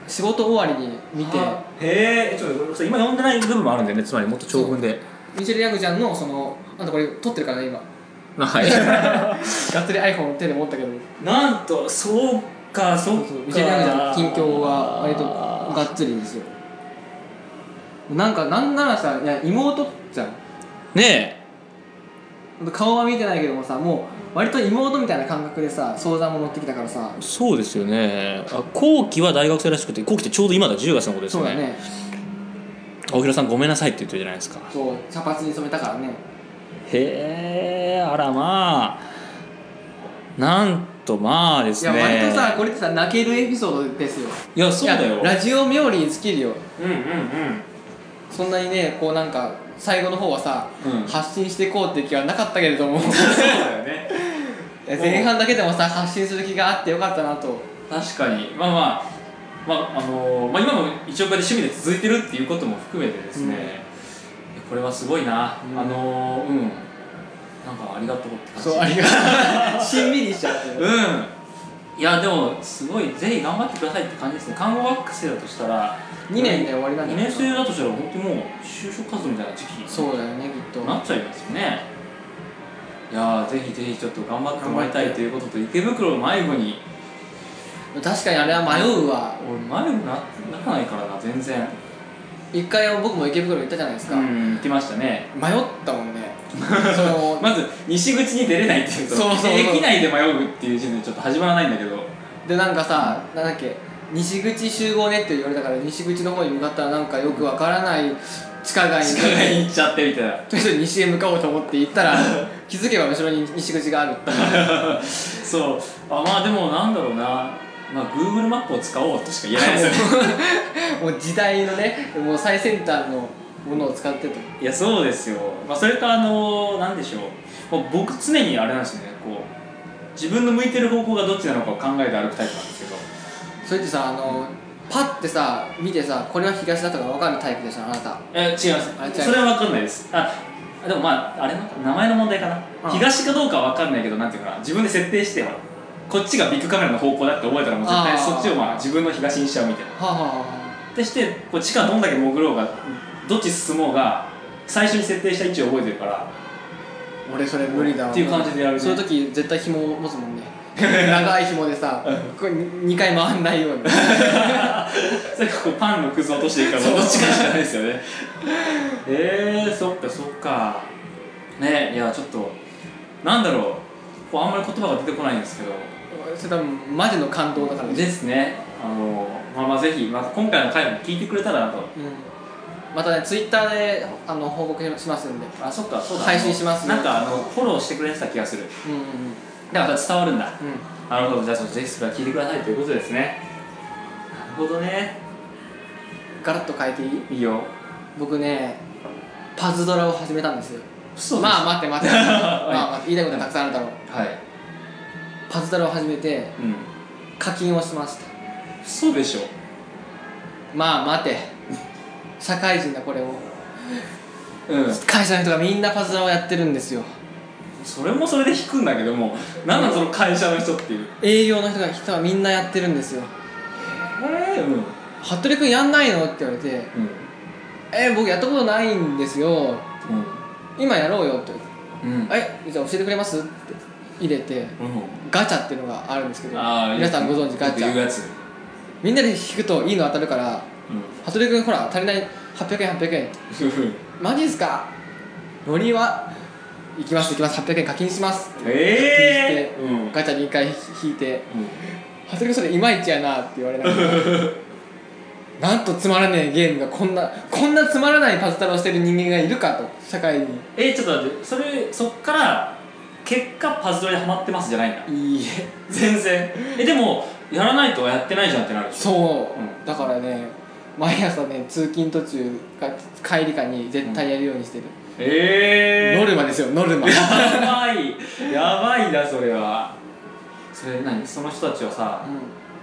[SPEAKER 2] 仕事終わりに見て
[SPEAKER 1] はへえちょっと俺今読んでない部分もあるんだよねつまりもっと長文で
[SPEAKER 2] ミシェル・ヤングちゃんのそのあんたこれ撮ってるからね今
[SPEAKER 1] はい
[SPEAKER 2] がっつり iPhone 手で持ったけど
[SPEAKER 1] なんとそうかそ
[SPEAKER 2] そううそう
[SPEAKER 1] か
[SPEAKER 2] ミシェル・ヤングちゃんの近況は割とがっつりですよなんかなんならさいや妹じゃん
[SPEAKER 1] ね
[SPEAKER 2] 顔は見てないけどもさもう割と妹みたいな感覚でさ相談も乗ってきたからさ
[SPEAKER 1] えそうですよねあ後期は大学生らしくて後期ってちょうど今だ10月のことです
[SPEAKER 2] そ
[SPEAKER 1] よ
[SPEAKER 2] う
[SPEAKER 1] ね
[SPEAKER 2] だね
[SPEAKER 1] 青広さんごめんなさいって言ってるじゃないですか
[SPEAKER 2] そう茶髪に染めたからね
[SPEAKER 1] へえあらまあなんとまあで
[SPEAKER 2] い
[SPEAKER 1] す
[SPEAKER 2] や
[SPEAKER 1] ね
[SPEAKER 2] 割とさこれってさ泣けるエピソードですよ
[SPEAKER 1] いやそうだ
[SPEAKER 2] い
[SPEAKER 1] よ
[SPEAKER 2] やラジオ冥利に尽きるよ
[SPEAKER 1] うんうんうん
[SPEAKER 2] そんなにねこうなんか最後の方はさ、
[SPEAKER 1] うん
[SPEAKER 2] 発信していこうっていう気はなかったけれ ども
[SPEAKER 1] そうだよね
[SPEAKER 2] いや前半だけでもさ発信する気があってよかったなと
[SPEAKER 1] 確かにまあまあまああのーまあ、今も一応これで趣味で続いてるっていうことも含めてですね、これはすごいな、
[SPEAKER 2] うん
[SPEAKER 1] あのーうんなんかありがとうって感じ
[SPEAKER 2] そうありがとうしんみりしちゃって
[SPEAKER 1] うんいやでもすごいぜひ頑張ってくださいって感じですね看護学生だとしたら
[SPEAKER 2] 2年で終わりなん
[SPEAKER 1] 2
[SPEAKER 2] だよ
[SPEAKER 1] 年生だとしたら本当にもう就職活動みたいな時期
[SPEAKER 2] そうだよねきっと
[SPEAKER 1] なっちゃいますよねいやーぜひぜひちょっと頑張ってもらいたいということと池袋を迷子に
[SPEAKER 2] 確かにあれは迷うわ
[SPEAKER 1] 俺迷子なならないからな全然
[SPEAKER 2] 一回僕も池袋行ったじゃないですか、
[SPEAKER 1] うん行ってましたね
[SPEAKER 2] 迷ったもんねその
[SPEAKER 1] まず西口に出れないっていうと
[SPEAKER 2] そうそうそう
[SPEAKER 1] 駅内で迷うっていう時点でちょっと始まらないんだけど
[SPEAKER 2] でなんかさ、なんだっけ西口集合ねって言われたから西口の方に向かったらなんかよくわからない地下街に
[SPEAKER 1] 地下街に行っちゃってみたいな
[SPEAKER 2] とりあえず西へ向かおうと思って行ったら気づけば後ろに西口があるって
[SPEAKER 1] そうあまあでもなんだろうなまあ Google マップを使おうとしか言えないですよね
[SPEAKER 2] もう時代のねもう最先端のものを使ってと
[SPEAKER 1] いやそうですよ、まあ、それとあのなんでしょう、まあ、僕常にあれなんですよねこう自分の向いてる方向がどっちなのかを考えて歩くタイプなんですけど
[SPEAKER 2] それってさあのパッてさ見てさこれは東だとかわかるタイプでしょあなた
[SPEAKER 1] え違い
[SPEAKER 2] あ違
[SPEAKER 1] ま
[SPEAKER 2] う
[SPEAKER 1] すそれは分かんないですあでもまああれなんか名前の問題かな、
[SPEAKER 2] うん
[SPEAKER 1] 東かどうかは分かんないけどなんていうかな自分で設定してこっちがビッグカメラの方向だって覚えたらもう絶
[SPEAKER 2] あ
[SPEAKER 1] 対
[SPEAKER 2] ー
[SPEAKER 1] そっちをまあ自分の東にしちゃうみたいな
[SPEAKER 2] はあ、はあは
[SPEAKER 1] でしてこう地下どんだけ潜ろうがどっち進もうが最初に設定した位置を覚えてるから
[SPEAKER 2] あ、俺それ無理だわ
[SPEAKER 1] っていう感じでやるね
[SPEAKER 2] そういう時絶対紐を持つも んね長い紐でさこれ2回回んないように
[SPEAKER 1] それかこうパンのくず落としていくからどっちかしかないですよ ねえー、そっかそっかねいやちょっとなんだろうこうあんまり言葉が出てこないんですけど
[SPEAKER 2] それ多分マジの感動だから
[SPEAKER 1] で
[SPEAKER 2] ね、
[SPEAKER 1] すねあのまあまあぜひ、まあ、今回の回も聞いてくれたらなと
[SPEAKER 2] うん、またねツイッターであの報告しますんで
[SPEAKER 1] あそっかそうだ
[SPEAKER 2] 配信します
[SPEAKER 1] なんかあのフォローしてくれてた気がする
[SPEAKER 2] うんうん
[SPEAKER 1] だから伝わるんだ
[SPEAKER 2] うんうん
[SPEAKER 1] なるほどじゃあぜひそれは聞いてくださいということですねなるほどね
[SPEAKER 2] ガラッと変えていい
[SPEAKER 1] いいよ
[SPEAKER 2] 僕ねパズドラを始めたんですよ
[SPEAKER 1] そ
[SPEAKER 2] まあ
[SPEAKER 1] あ
[SPEAKER 2] 待っ て待ってまあ待って言いたいことはたくさんあるだろう
[SPEAKER 1] はい
[SPEAKER 2] パズドラを始めて
[SPEAKER 1] うん
[SPEAKER 2] 課金をしました
[SPEAKER 1] そうでしょ
[SPEAKER 2] まあ待て社会人だこれを
[SPEAKER 1] うん
[SPEAKER 2] 会社の人がみんなパズドラをやってるんですよ
[SPEAKER 1] それもそれで引くんだけどもなんなんその会社の人っていう
[SPEAKER 2] 営業の人が人はみんなやってるんですよ
[SPEAKER 1] へえうんうん
[SPEAKER 2] 服部君やんないのって言われて「え僕やったことないんですよ今やろうよ」って言わ
[SPEAKER 1] うんうん
[SPEAKER 2] れて「えじゃあ教えてくれます?」って入れてガチャっていうのがあるんですけど
[SPEAKER 1] ああ
[SPEAKER 2] 皆さんご存知ガチ
[SPEAKER 1] よく言う
[SPEAKER 2] ャ
[SPEAKER 1] やつ
[SPEAKER 2] みんなで引くといいの当たるから服部君ほら足りない800円800円
[SPEAKER 1] うん
[SPEAKER 2] マジですかノリは行きます行きます800円課金します
[SPEAKER 1] ええうん
[SPEAKER 2] ガチャ2回引いて
[SPEAKER 1] うん
[SPEAKER 2] 「服部君それいまいちやな」って言われながらなんとつまらねえゲームがこんなこんなつまらないパズドラをしてる人間がいるかと社会に
[SPEAKER 1] えちょっと待ってそれそっから結果パズドラにハマってますじゃないんだ
[SPEAKER 2] いいえ
[SPEAKER 1] 全然えでもやらないとやってないじゃんってなるでしょ
[SPEAKER 2] そう、
[SPEAKER 1] うん
[SPEAKER 2] だからね毎朝ね通勤途中か帰りかに絶対やるようにしてる、
[SPEAKER 1] え
[SPEAKER 2] ノルマですよノルマ
[SPEAKER 1] やばいやばいなそれはそれ何その人たちはさ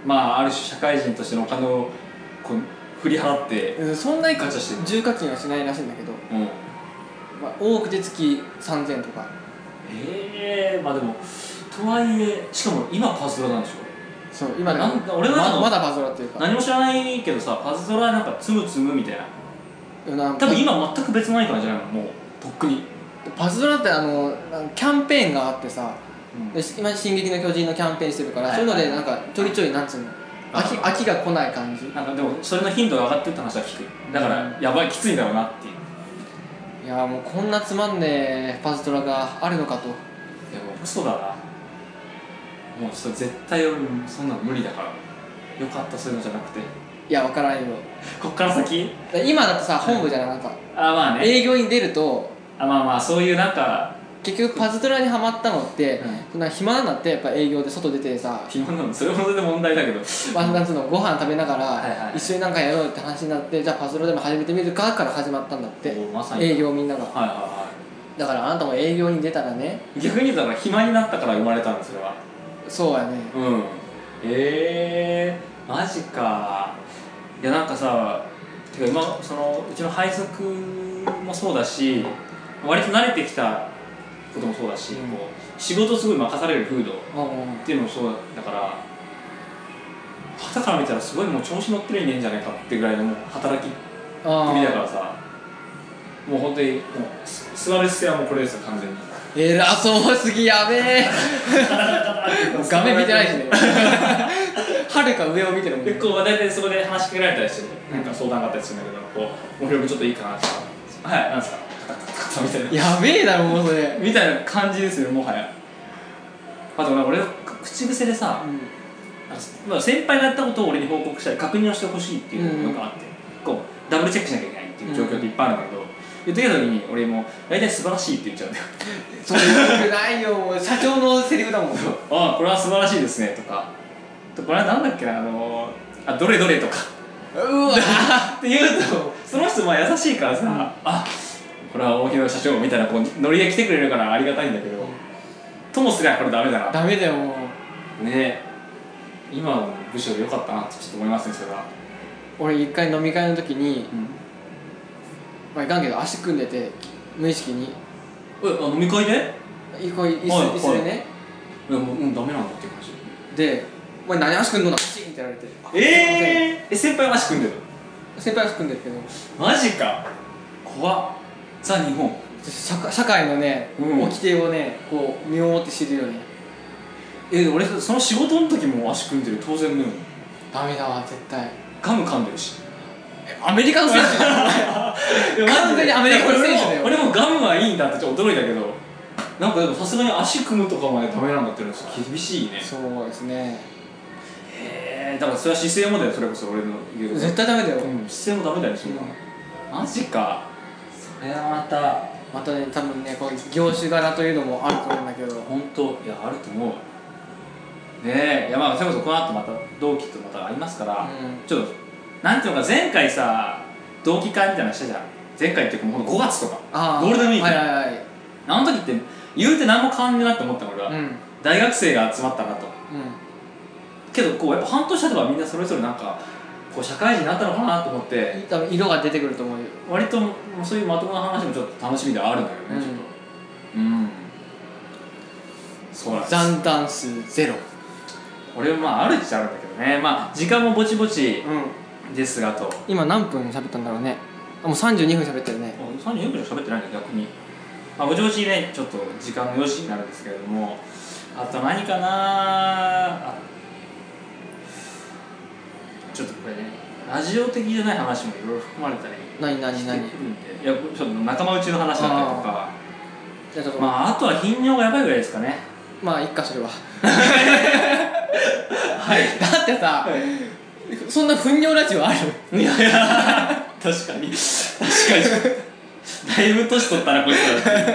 [SPEAKER 1] まあある種社会人としてのお金をこう振り払って
[SPEAKER 2] うん、そんなに
[SPEAKER 1] ガチャしてるの
[SPEAKER 2] 重課金はしないらしいんだけど、
[SPEAKER 1] うん
[SPEAKER 2] まあ、多くて月3000とか
[SPEAKER 1] ええまあでもとはいえしかも今パズドラなんでしょ
[SPEAKER 2] そう今
[SPEAKER 1] なんか俺はなんか
[SPEAKER 2] ままだパズドラっていうか
[SPEAKER 1] 何も知らないけどさパズドラなんか積む積むみたいな
[SPEAKER 2] なんか
[SPEAKER 1] 多分今全く別の何かなんじゃないのもうとっくに、
[SPEAKER 2] パズドラってあのなんかキャンペーンがあってさで今「進撃の巨人」のキャンペーンしてるから、
[SPEAKER 1] はい
[SPEAKER 2] そういうのでなんかちょいちょいなんつうの
[SPEAKER 1] あ
[SPEAKER 2] 飽き飽きが来ない感じ
[SPEAKER 1] なんかでもそれの頻度が上がってるって話は聞くだからやばいきついんだろうなっていう
[SPEAKER 2] いやーもうこんなつまんねえパズドラがあるのかと
[SPEAKER 1] でも嘘だなもうそれ絶対俺そんなの無理だからよかったそういうのじゃなくて
[SPEAKER 2] いやわからんよ
[SPEAKER 1] こっから先
[SPEAKER 2] で今だってさ本部じゃないなんか
[SPEAKER 1] あまあね
[SPEAKER 2] 営業に出ると
[SPEAKER 1] あまあまあそういうなんか
[SPEAKER 2] 結局パズドラにはまったのって、
[SPEAKER 1] うん
[SPEAKER 2] そんな暇なんだってやっぱ営業で外出てさ
[SPEAKER 1] 基本なのそれほどで問題だけど
[SPEAKER 2] ワンダンツのご飯食べながら、
[SPEAKER 1] いはい
[SPEAKER 2] 一緒になんかやろうって話になってじゃあパズドラでも始めてみるかから始まったんだって
[SPEAKER 1] おまさに
[SPEAKER 2] 営業みんなが
[SPEAKER 1] はいはいは
[SPEAKER 2] だからあなたも営業に出たらね
[SPEAKER 1] い逆にだから暇になったから生まれたんそれは
[SPEAKER 2] そうやね
[SPEAKER 1] うんええマジかいやなんかさてか今そのうちの配属もそうだし割と慣れてきたこともそうだし、
[SPEAKER 2] うん
[SPEAKER 1] こう仕事すごい任される風土っ
[SPEAKER 2] うんうん
[SPEAKER 1] ていうのもそうだから旗から見たらすごいもう調子乗ってるんじゃないかってぐらいのもう働きっぷ
[SPEAKER 2] あ
[SPEAKER 1] りだか
[SPEAKER 2] あ
[SPEAKER 1] らさもう本当にもうススアレス戦はもうこれですよ完全に
[SPEAKER 2] 偉そうすぎやべ え画面見てないしね はるか上を見てるもんね
[SPEAKER 1] 結構大体そこで話しかけられたりしてなんか相談があったりするんだけどこう俺もちょっといいかなってはいなんですかカタカタカタみたいな
[SPEAKER 2] やべえだろもうそれ、
[SPEAKER 1] みたいな感じですよもはやあとなんか俺の口癖でさ、まあ、先輩がやったことを俺に報告したり確認をしてほしいっていうのがあって、こうダブルチェックしなきゃいけないっていう状況っていっぱいあるんだけど、言ってきた時に俺もう大体素晴らしいって言っちゃうんだよ
[SPEAKER 2] それよくないよもう社長のセリフだもん
[SPEAKER 1] ああこれは素晴らしいですねとかとこれはなんだっけなあのあどれどれとか
[SPEAKER 2] うわ
[SPEAKER 1] って言うとその人まあ優しいからさ、あこれは大広社長みたいなこうノリで来てくれるからありがたいんだけど、ともすりゃこれダメだな
[SPEAKER 2] ダメだよもう
[SPEAKER 1] ね今の部署でよかったなってちょっと思いますねそれは、
[SPEAKER 2] 俺一回飲み会の時に、まあ、いかんけど足組んでて無意識に
[SPEAKER 1] えあ飲み会で
[SPEAKER 2] いこう椅子,、
[SPEAKER 1] はい
[SPEAKER 2] 椅子でね、
[SPEAKER 1] いやもう、うん、ダメなんだっていう感じ
[SPEAKER 2] で「お前何足組んどんだ?」パチンってやられて
[SPEAKER 1] えー、え先輩は足組んでる
[SPEAKER 2] 先輩は組んでるけど
[SPEAKER 1] マジか怖っザ日本
[SPEAKER 2] 社会社会のね、
[SPEAKER 1] うん
[SPEAKER 2] 掟をねこう身をもって知るよね
[SPEAKER 1] え俺その仕事の時も足組んでる当然のように
[SPEAKER 2] ダメだわ絶対
[SPEAKER 1] ガム噛んでるし
[SPEAKER 2] アメリカの選手 だよ完全にアメリカの選手だよ
[SPEAKER 1] 俺も俺もガムはいいんだってちょっと驚いたけどなんかでもさすがに足組むとかまでダメなんだっていうのは 厳しいね
[SPEAKER 2] そうですね
[SPEAKER 1] へえだからそれは姿勢もだよそれこそ俺の言う
[SPEAKER 2] 絶対ダメだよ、
[SPEAKER 1] うん姿勢もダメだよそんなのマジかそれはまた
[SPEAKER 2] またね多分ねこう業種柄というのもあると思うんだけど
[SPEAKER 1] 本当いやあると思うねえいやまあそれこそこの後また同期とまたありますから、
[SPEAKER 2] う
[SPEAKER 1] ちょっとなんていうのか前回さ同期会みたいなのしたじゃん前回っていうかもう5月とか
[SPEAKER 2] あ
[SPEAKER 1] ゴールデンウィーク
[SPEAKER 2] はいはいはい
[SPEAKER 1] あの時って言うて何も変わんねえなって思った俺は、
[SPEAKER 2] うんうん
[SPEAKER 1] 大学生が集まったなとけどこうやっぱ半年経てばみんなそれぞれなんかこう社会人になったのかなと思って
[SPEAKER 2] 多分色が出てくると思うよ
[SPEAKER 1] 割とそういうまともな話もちょっと楽しみではあるんだけどね、ちょっとうんそうなんです
[SPEAKER 2] 残弾数ゼロ
[SPEAKER 1] 俺もまああるっちゃあるんだけどねまあ時間もぼちぼち
[SPEAKER 2] うん
[SPEAKER 1] ですがと
[SPEAKER 2] 今何分喋ったんだろうねあもう32分喋ってるね
[SPEAKER 1] 34分しか喋ってないんだよ逆に、まあ、ぼちぼちねちょっと時間の良しになるんですけれどもあと何かなあちょっとこれねラジオ的じゃない話もいろいろ含まれたり
[SPEAKER 2] 何何
[SPEAKER 1] して
[SPEAKER 2] 何
[SPEAKER 1] くるんでいやちょっと仲間内の話だったりとか
[SPEAKER 2] じゃあちょっと
[SPEAKER 1] ま
[SPEAKER 2] まあ
[SPEAKER 1] ああとは頻尿がやばいぐらいですかね
[SPEAKER 2] まあいっかそ れは
[SPEAKER 1] はい
[SPEAKER 2] だってさそんな糞尿ラジオあ る
[SPEAKER 1] いやいや確かに確かにだいぶ年取ったなこいつらって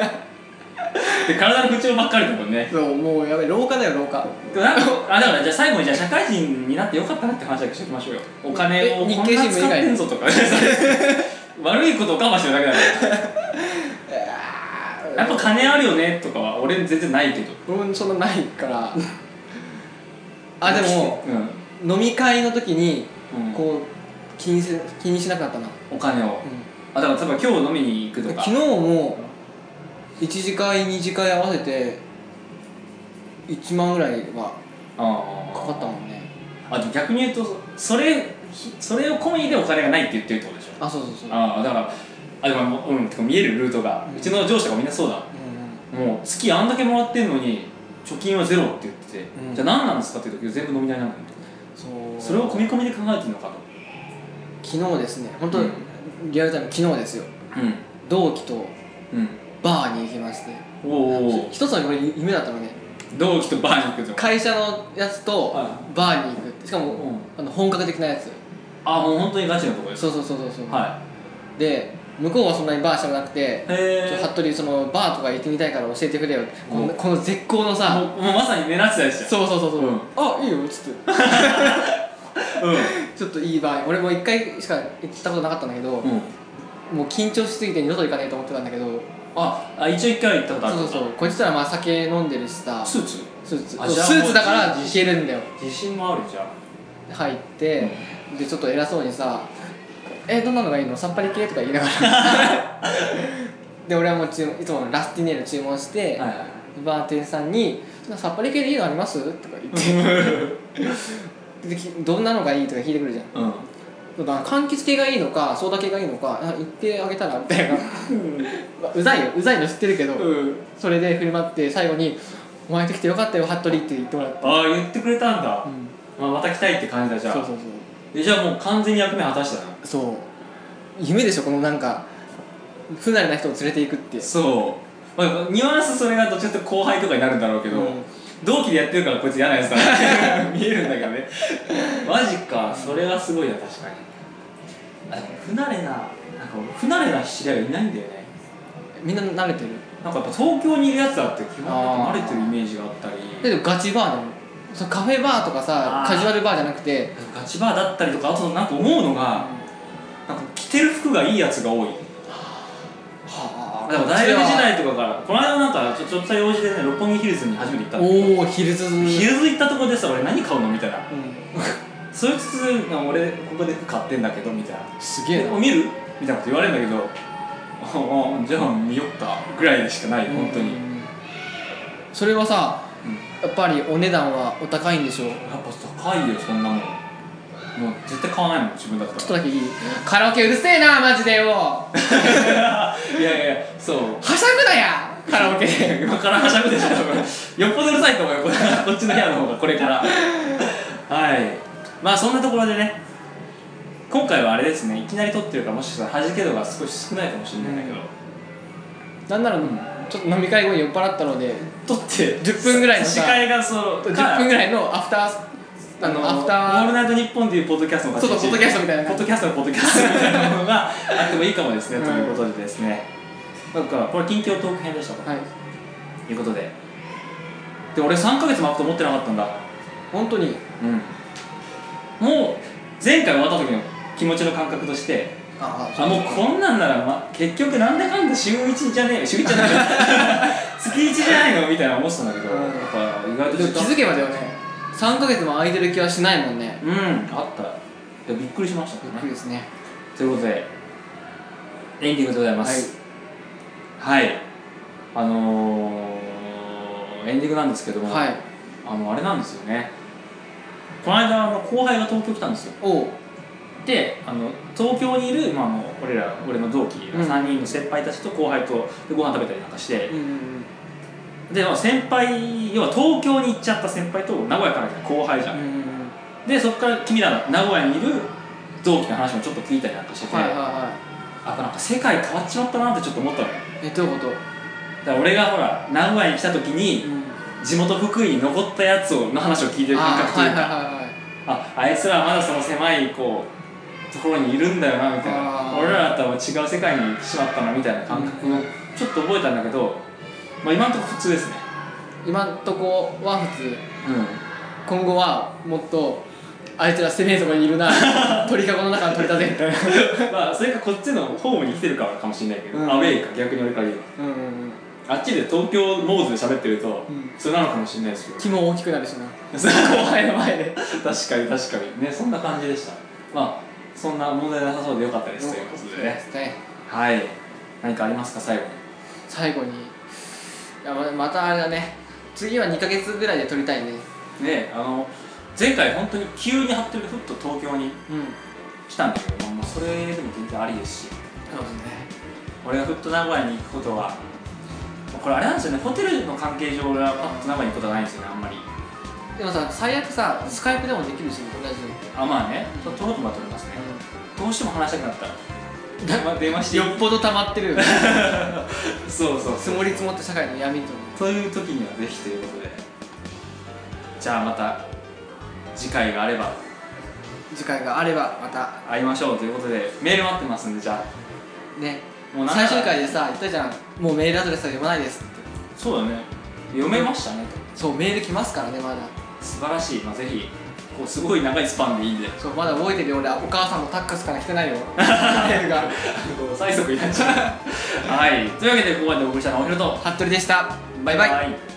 [SPEAKER 1] で体の不調ばっかりだもんね
[SPEAKER 2] そうもうやべえ廊下だよ廊下
[SPEAKER 1] でもなんかあだからじゃあ最後にじゃあ社会人になってよかったなって話だけしておきましょうよお金を
[SPEAKER 2] え日
[SPEAKER 1] こん
[SPEAKER 2] 経
[SPEAKER 1] な
[SPEAKER 2] 新聞
[SPEAKER 1] 使ってんぞとか 悪いことを我慢してるだけだからやっぱ金あるよねとかは俺全然ないけど
[SPEAKER 2] 俺もそんなないから あでも
[SPEAKER 1] うん、
[SPEAKER 2] 飲み会の時に
[SPEAKER 1] うん
[SPEAKER 2] こう気にせ気にしなくなったな、
[SPEAKER 1] お金を
[SPEAKER 2] う
[SPEAKER 1] あだから例えば今日飲みに行くと
[SPEAKER 2] ん、
[SPEAKER 1] か
[SPEAKER 2] 昨日も1次会2次会合わせて1万ぐらいは
[SPEAKER 1] あ
[SPEAKER 2] かかったもんね
[SPEAKER 1] ああでも逆に言うとそれそれを込みでお金がないって言ってるってことでしょ
[SPEAKER 2] あそうそうそう
[SPEAKER 1] ああだからあでもうんてか見えるルートが、
[SPEAKER 2] う
[SPEAKER 1] うんちの上司とかみんなそうだ
[SPEAKER 2] う
[SPEAKER 1] もう月あんだけもらってんのに貯金はゼロって言ってて、
[SPEAKER 2] うん
[SPEAKER 1] じゃあ何なんですかっていう時全部飲み代なんだよ
[SPEAKER 2] んうん、そう
[SPEAKER 1] それを込み込みで考えてるのかと
[SPEAKER 2] 昨日ですね本当、
[SPEAKER 1] うん
[SPEAKER 2] リアルタイム昨日ですよ
[SPEAKER 1] う
[SPEAKER 2] 同期と
[SPEAKER 1] ん
[SPEAKER 2] バーに行きまして
[SPEAKER 1] うんおお
[SPEAKER 2] 一つのこれ夢だったのね
[SPEAKER 1] 同期とバーに行くぞ
[SPEAKER 2] 会社のやつと
[SPEAKER 1] は
[SPEAKER 2] バーに行くしかも、
[SPEAKER 1] うん
[SPEAKER 2] あの本格的なやつ
[SPEAKER 1] あもう本当にガチなとこです
[SPEAKER 2] そうそうそうそうそう、
[SPEAKER 1] は
[SPEAKER 2] で向こうはそんなにバーしてもなくて
[SPEAKER 1] いへ
[SPEAKER 2] ちょ
[SPEAKER 1] え
[SPEAKER 2] 服部そのバーとか行ってみたいから教えてくれよこ
[SPEAKER 1] うん
[SPEAKER 2] のこの絶好のさ
[SPEAKER 1] もうもうまさに狙ってたやつじゃん
[SPEAKER 2] そうそうそうそう、
[SPEAKER 1] うん
[SPEAKER 2] あいいよつって
[SPEAKER 1] うん
[SPEAKER 2] ちょっといいバー俺も一回しか行ったことなかったんだけど、
[SPEAKER 1] うん
[SPEAKER 2] もう緊張しすぎて二度と行かねえと思ってたんだけど
[SPEAKER 1] ああ一応一回行ったことある
[SPEAKER 2] そうそうそうこいつらまあ酒飲んでるしさス
[SPEAKER 1] スーツ
[SPEAKER 2] ーツ
[SPEAKER 1] あ
[SPEAKER 2] そう
[SPEAKER 1] じゃあ
[SPEAKER 2] スーツだか
[SPEAKER 1] も
[SPEAKER 2] ら
[SPEAKER 1] う
[SPEAKER 2] 行けるんだよ
[SPEAKER 1] 自信もあるじゃん
[SPEAKER 2] 入って、でちょっと偉そうにさ「えどんなのがいいのさっぱり系?」とか言いながら で俺はもう注文いつものラスティネール注文して、
[SPEAKER 1] はいはい
[SPEAKER 2] バーテンさんに「さっぱり系でいいのあります?」とか言ってで できどんなのがいいとか聞いてくるじゃん
[SPEAKER 1] うん
[SPEAKER 2] だから柑橘系がいいのかソーダ系がいいのかあ言ってあげたらみた いなまあうざいようざいの知ってるけど、
[SPEAKER 1] うん
[SPEAKER 2] それで振る舞って最後に「お前と来てよかったよ服部」って言ってもらって、
[SPEAKER 1] ああ言ってくれたんだ
[SPEAKER 2] う、ん、
[SPEAKER 1] まあ、また来たいって感じだじ
[SPEAKER 2] そう
[SPEAKER 1] ゃ
[SPEAKER 2] そう
[SPEAKER 1] あえじゃあもう完全に役目果たしたな
[SPEAKER 2] そうそう夢でしょこのなんか不慣れな人を連れていくって
[SPEAKER 1] そう、まあ、ニュアンスそれがどっちかというと後輩とかになるんだろうけど、
[SPEAKER 2] うん
[SPEAKER 1] 同期でやってるからこいつ嫌なやつだなって 見えるんだけどねマジかそれはすごいな確かにあでも不慣れななんか俺不慣れな知り合いがいないんだよね
[SPEAKER 2] みんな慣れてる
[SPEAKER 1] なんかやっぱ東京にいるやつだって基本なんか慣れてるイメージがあったり
[SPEAKER 2] でもガチバーなのそのカフェバーとかさ
[SPEAKER 1] あー
[SPEAKER 2] カジュアルバーじゃなくて
[SPEAKER 1] ガチバーだったりとかあとなんか思うのがなんか着てる服がいいやつが多い
[SPEAKER 2] は
[SPEAKER 1] だから大学時代とかからこの間なんかちょちょっとした用事でね六本木ヒルズに初めて行ったの
[SPEAKER 2] おおヒルズ
[SPEAKER 1] ヒルズ行ったとこでさ俺何買うのみたいな
[SPEAKER 2] うん
[SPEAKER 1] そいつが俺ここで服買ってんだけどみたいな「
[SPEAKER 2] すげえな
[SPEAKER 1] お見る?」みたいなこと言われるんだけど「ああじゃあ見よっか」ぐらいでしかない本当に、
[SPEAKER 2] う
[SPEAKER 1] や
[SPEAKER 2] んそれはさ、やっぱりお値段はお高いんでしょう
[SPEAKER 1] っぱ高いよそんなもんもう絶対買わないもん自分だっ
[SPEAKER 2] ちょったとだけいいカラオケうるせえなマジでよは
[SPEAKER 1] ら いやいやそう
[SPEAKER 2] しゃぐなやカラオケ
[SPEAKER 1] 今からはしゃぐでしょ多分よっぽどうるさいと思うよこれこっちの部屋の方がこれからはいまあそんなところでね今回はあれですねいきなり撮ってるからもしかしたら弾け度が少し少ないかもしれないんだけど、
[SPEAKER 2] なんならちょっと飲み会後に酔っ払ったので
[SPEAKER 1] 撮って
[SPEAKER 2] 10分ぐらいのさ
[SPEAKER 1] 差し替えがその
[SPEAKER 2] 10分ぐらいのアフターあのアフタ
[SPEAKER 1] オール
[SPEAKER 2] ー
[SPEAKER 1] ナイトニッポン」っていうポッドキャストの立ち位置
[SPEAKER 2] そうそうポッドキャストみたいな
[SPEAKER 1] ポッドキャストのポッドキャストみたいなものがあってもいいかもですね、
[SPEAKER 2] うん
[SPEAKER 1] ということでですねだからこれ近況トーク編でしたと、
[SPEAKER 2] はい
[SPEAKER 1] い、うことでで俺3ヶ月も空くと思ってなかったんだ
[SPEAKER 2] 本当に
[SPEAKER 1] うんもう前回終わった時の気持ちの感覚として
[SPEAKER 2] あ
[SPEAKER 1] あもうこんなんなら、ま、結局なんだかんだ週1じゃねえ週1じゃない よ月1じゃないのみたいな思ってたんだけど、
[SPEAKER 2] うん
[SPEAKER 1] やっぱ意外と
[SPEAKER 2] でも
[SPEAKER 1] 時
[SPEAKER 2] 気
[SPEAKER 1] 間
[SPEAKER 2] づけばだよね3ヶ月も空いてる気はしないもんね
[SPEAKER 1] うんあったいやびっくりしました
[SPEAKER 2] び
[SPEAKER 1] ね
[SPEAKER 2] っくりですね
[SPEAKER 1] ということでエンディングでございますはい、あのー、エンディングなんですけども、
[SPEAKER 2] はい
[SPEAKER 1] あのあれなんですよねこの間あの後輩が東京来たんですよ
[SPEAKER 2] おう
[SPEAKER 1] であの東京にいる、まあ、あの俺ら俺の同期
[SPEAKER 2] うん
[SPEAKER 1] 3人の先輩たちと後輩とでご飯食べたりなんかして
[SPEAKER 2] う、ん
[SPEAKER 1] で、まあ、先輩要は東京に行っちゃった先輩と名古屋から来た後輩じ
[SPEAKER 2] う
[SPEAKER 1] ゃん、
[SPEAKER 2] ん
[SPEAKER 1] でそこから君らの名古屋にいる同期の話もちょっと聞いたりなんかしてて、
[SPEAKER 2] はいはいは
[SPEAKER 1] あなんか世界変わっちまったなってちょっと思ったのよ
[SPEAKER 2] いえどういうこと
[SPEAKER 1] だから俺がほら名古屋に来た時に地元福井に残ったやつをの話を聞いてる感覚
[SPEAKER 2] あ
[SPEAKER 1] と
[SPEAKER 2] ー
[SPEAKER 1] いう
[SPEAKER 2] はいはい
[SPEAKER 1] かあ,、
[SPEAKER 2] はいはい
[SPEAKER 1] あいつらはまだその狭いこうところにいるんだよなみたい
[SPEAKER 2] あ
[SPEAKER 1] な
[SPEAKER 2] ー
[SPEAKER 1] 俺らとは違う世界に行ってしまったなみたいな感覚をちょっと覚えたんだけど、まあ、今のところ普通ですね
[SPEAKER 2] 今んとこは普通
[SPEAKER 1] う
[SPEAKER 2] 今後はもっとあいつら攻めえとこにい るな鳥かごの中の鳥だぜみたい
[SPEAKER 1] ん
[SPEAKER 2] な
[SPEAKER 1] まあそれかこっちのホームに来てるからかもしれないけど、
[SPEAKER 2] うん
[SPEAKER 1] アウェイか逆に俺から言う
[SPEAKER 2] うんうんうん
[SPEAKER 1] あっちで東京モーズで喋ってると、
[SPEAKER 2] うん
[SPEAKER 1] それなのかもしれない ですけど
[SPEAKER 2] 気も大きくなるし な
[SPEAKER 1] そう
[SPEAKER 2] 後輩の前で
[SPEAKER 1] 確かに確かにねそんな感じでしたまあそんな問題なさそうでよかったですということでね
[SPEAKER 2] ね
[SPEAKER 1] はい何かありますか最後に
[SPEAKER 2] 最後にいやままたあれだね次は2ヶ月ぐらいで撮りたいね
[SPEAKER 1] ねあの前回本当に急に張ってるふっと東京に
[SPEAKER 2] うん
[SPEAKER 1] 来たんだけど、まあ、それでも全然ありですし
[SPEAKER 2] そうですね
[SPEAKER 1] 俺がふっと名古屋に行くことはこれあれなんですよねホテルの関係上俺はパッと名古屋に行くことはないんですよねあんまり
[SPEAKER 2] でもさ最悪さスカイプでもできるし同じよ
[SPEAKER 1] あまあねちょっと撮ろうと思っておりますねどうしても話したくなったら電話電話して
[SPEAKER 2] よっぽど溜まってるよね
[SPEAKER 1] そうそう
[SPEAKER 2] 積もり積もった社会の闇という
[SPEAKER 1] という時にはぜひということでじゃあまた次回があれば
[SPEAKER 2] 次回があればまた
[SPEAKER 1] 会いましょうということでメール待ってますんでじゃ
[SPEAKER 2] ね
[SPEAKER 1] あもうなんか
[SPEAKER 2] 最終回でさ言ったじゃんもうメールアドレスは読まないですって
[SPEAKER 1] そうだね読めましたねと
[SPEAKER 2] そうメール来ますからねまだ
[SPEAKER 1] 素晴らしい、まあ、ぜひこうすごい長いスパンでいいんで
[SPEAKER 2] そうまだ覚えてるよ俺はお母さんのタッカスから来てないよメールが
[SPEAKER 1] こう 催促になっちゃうはいというわけでここまでお送りしたのはおひろと
[SPEAKER 2] 服部でしたバイバイ
[SPEAKER 1] イ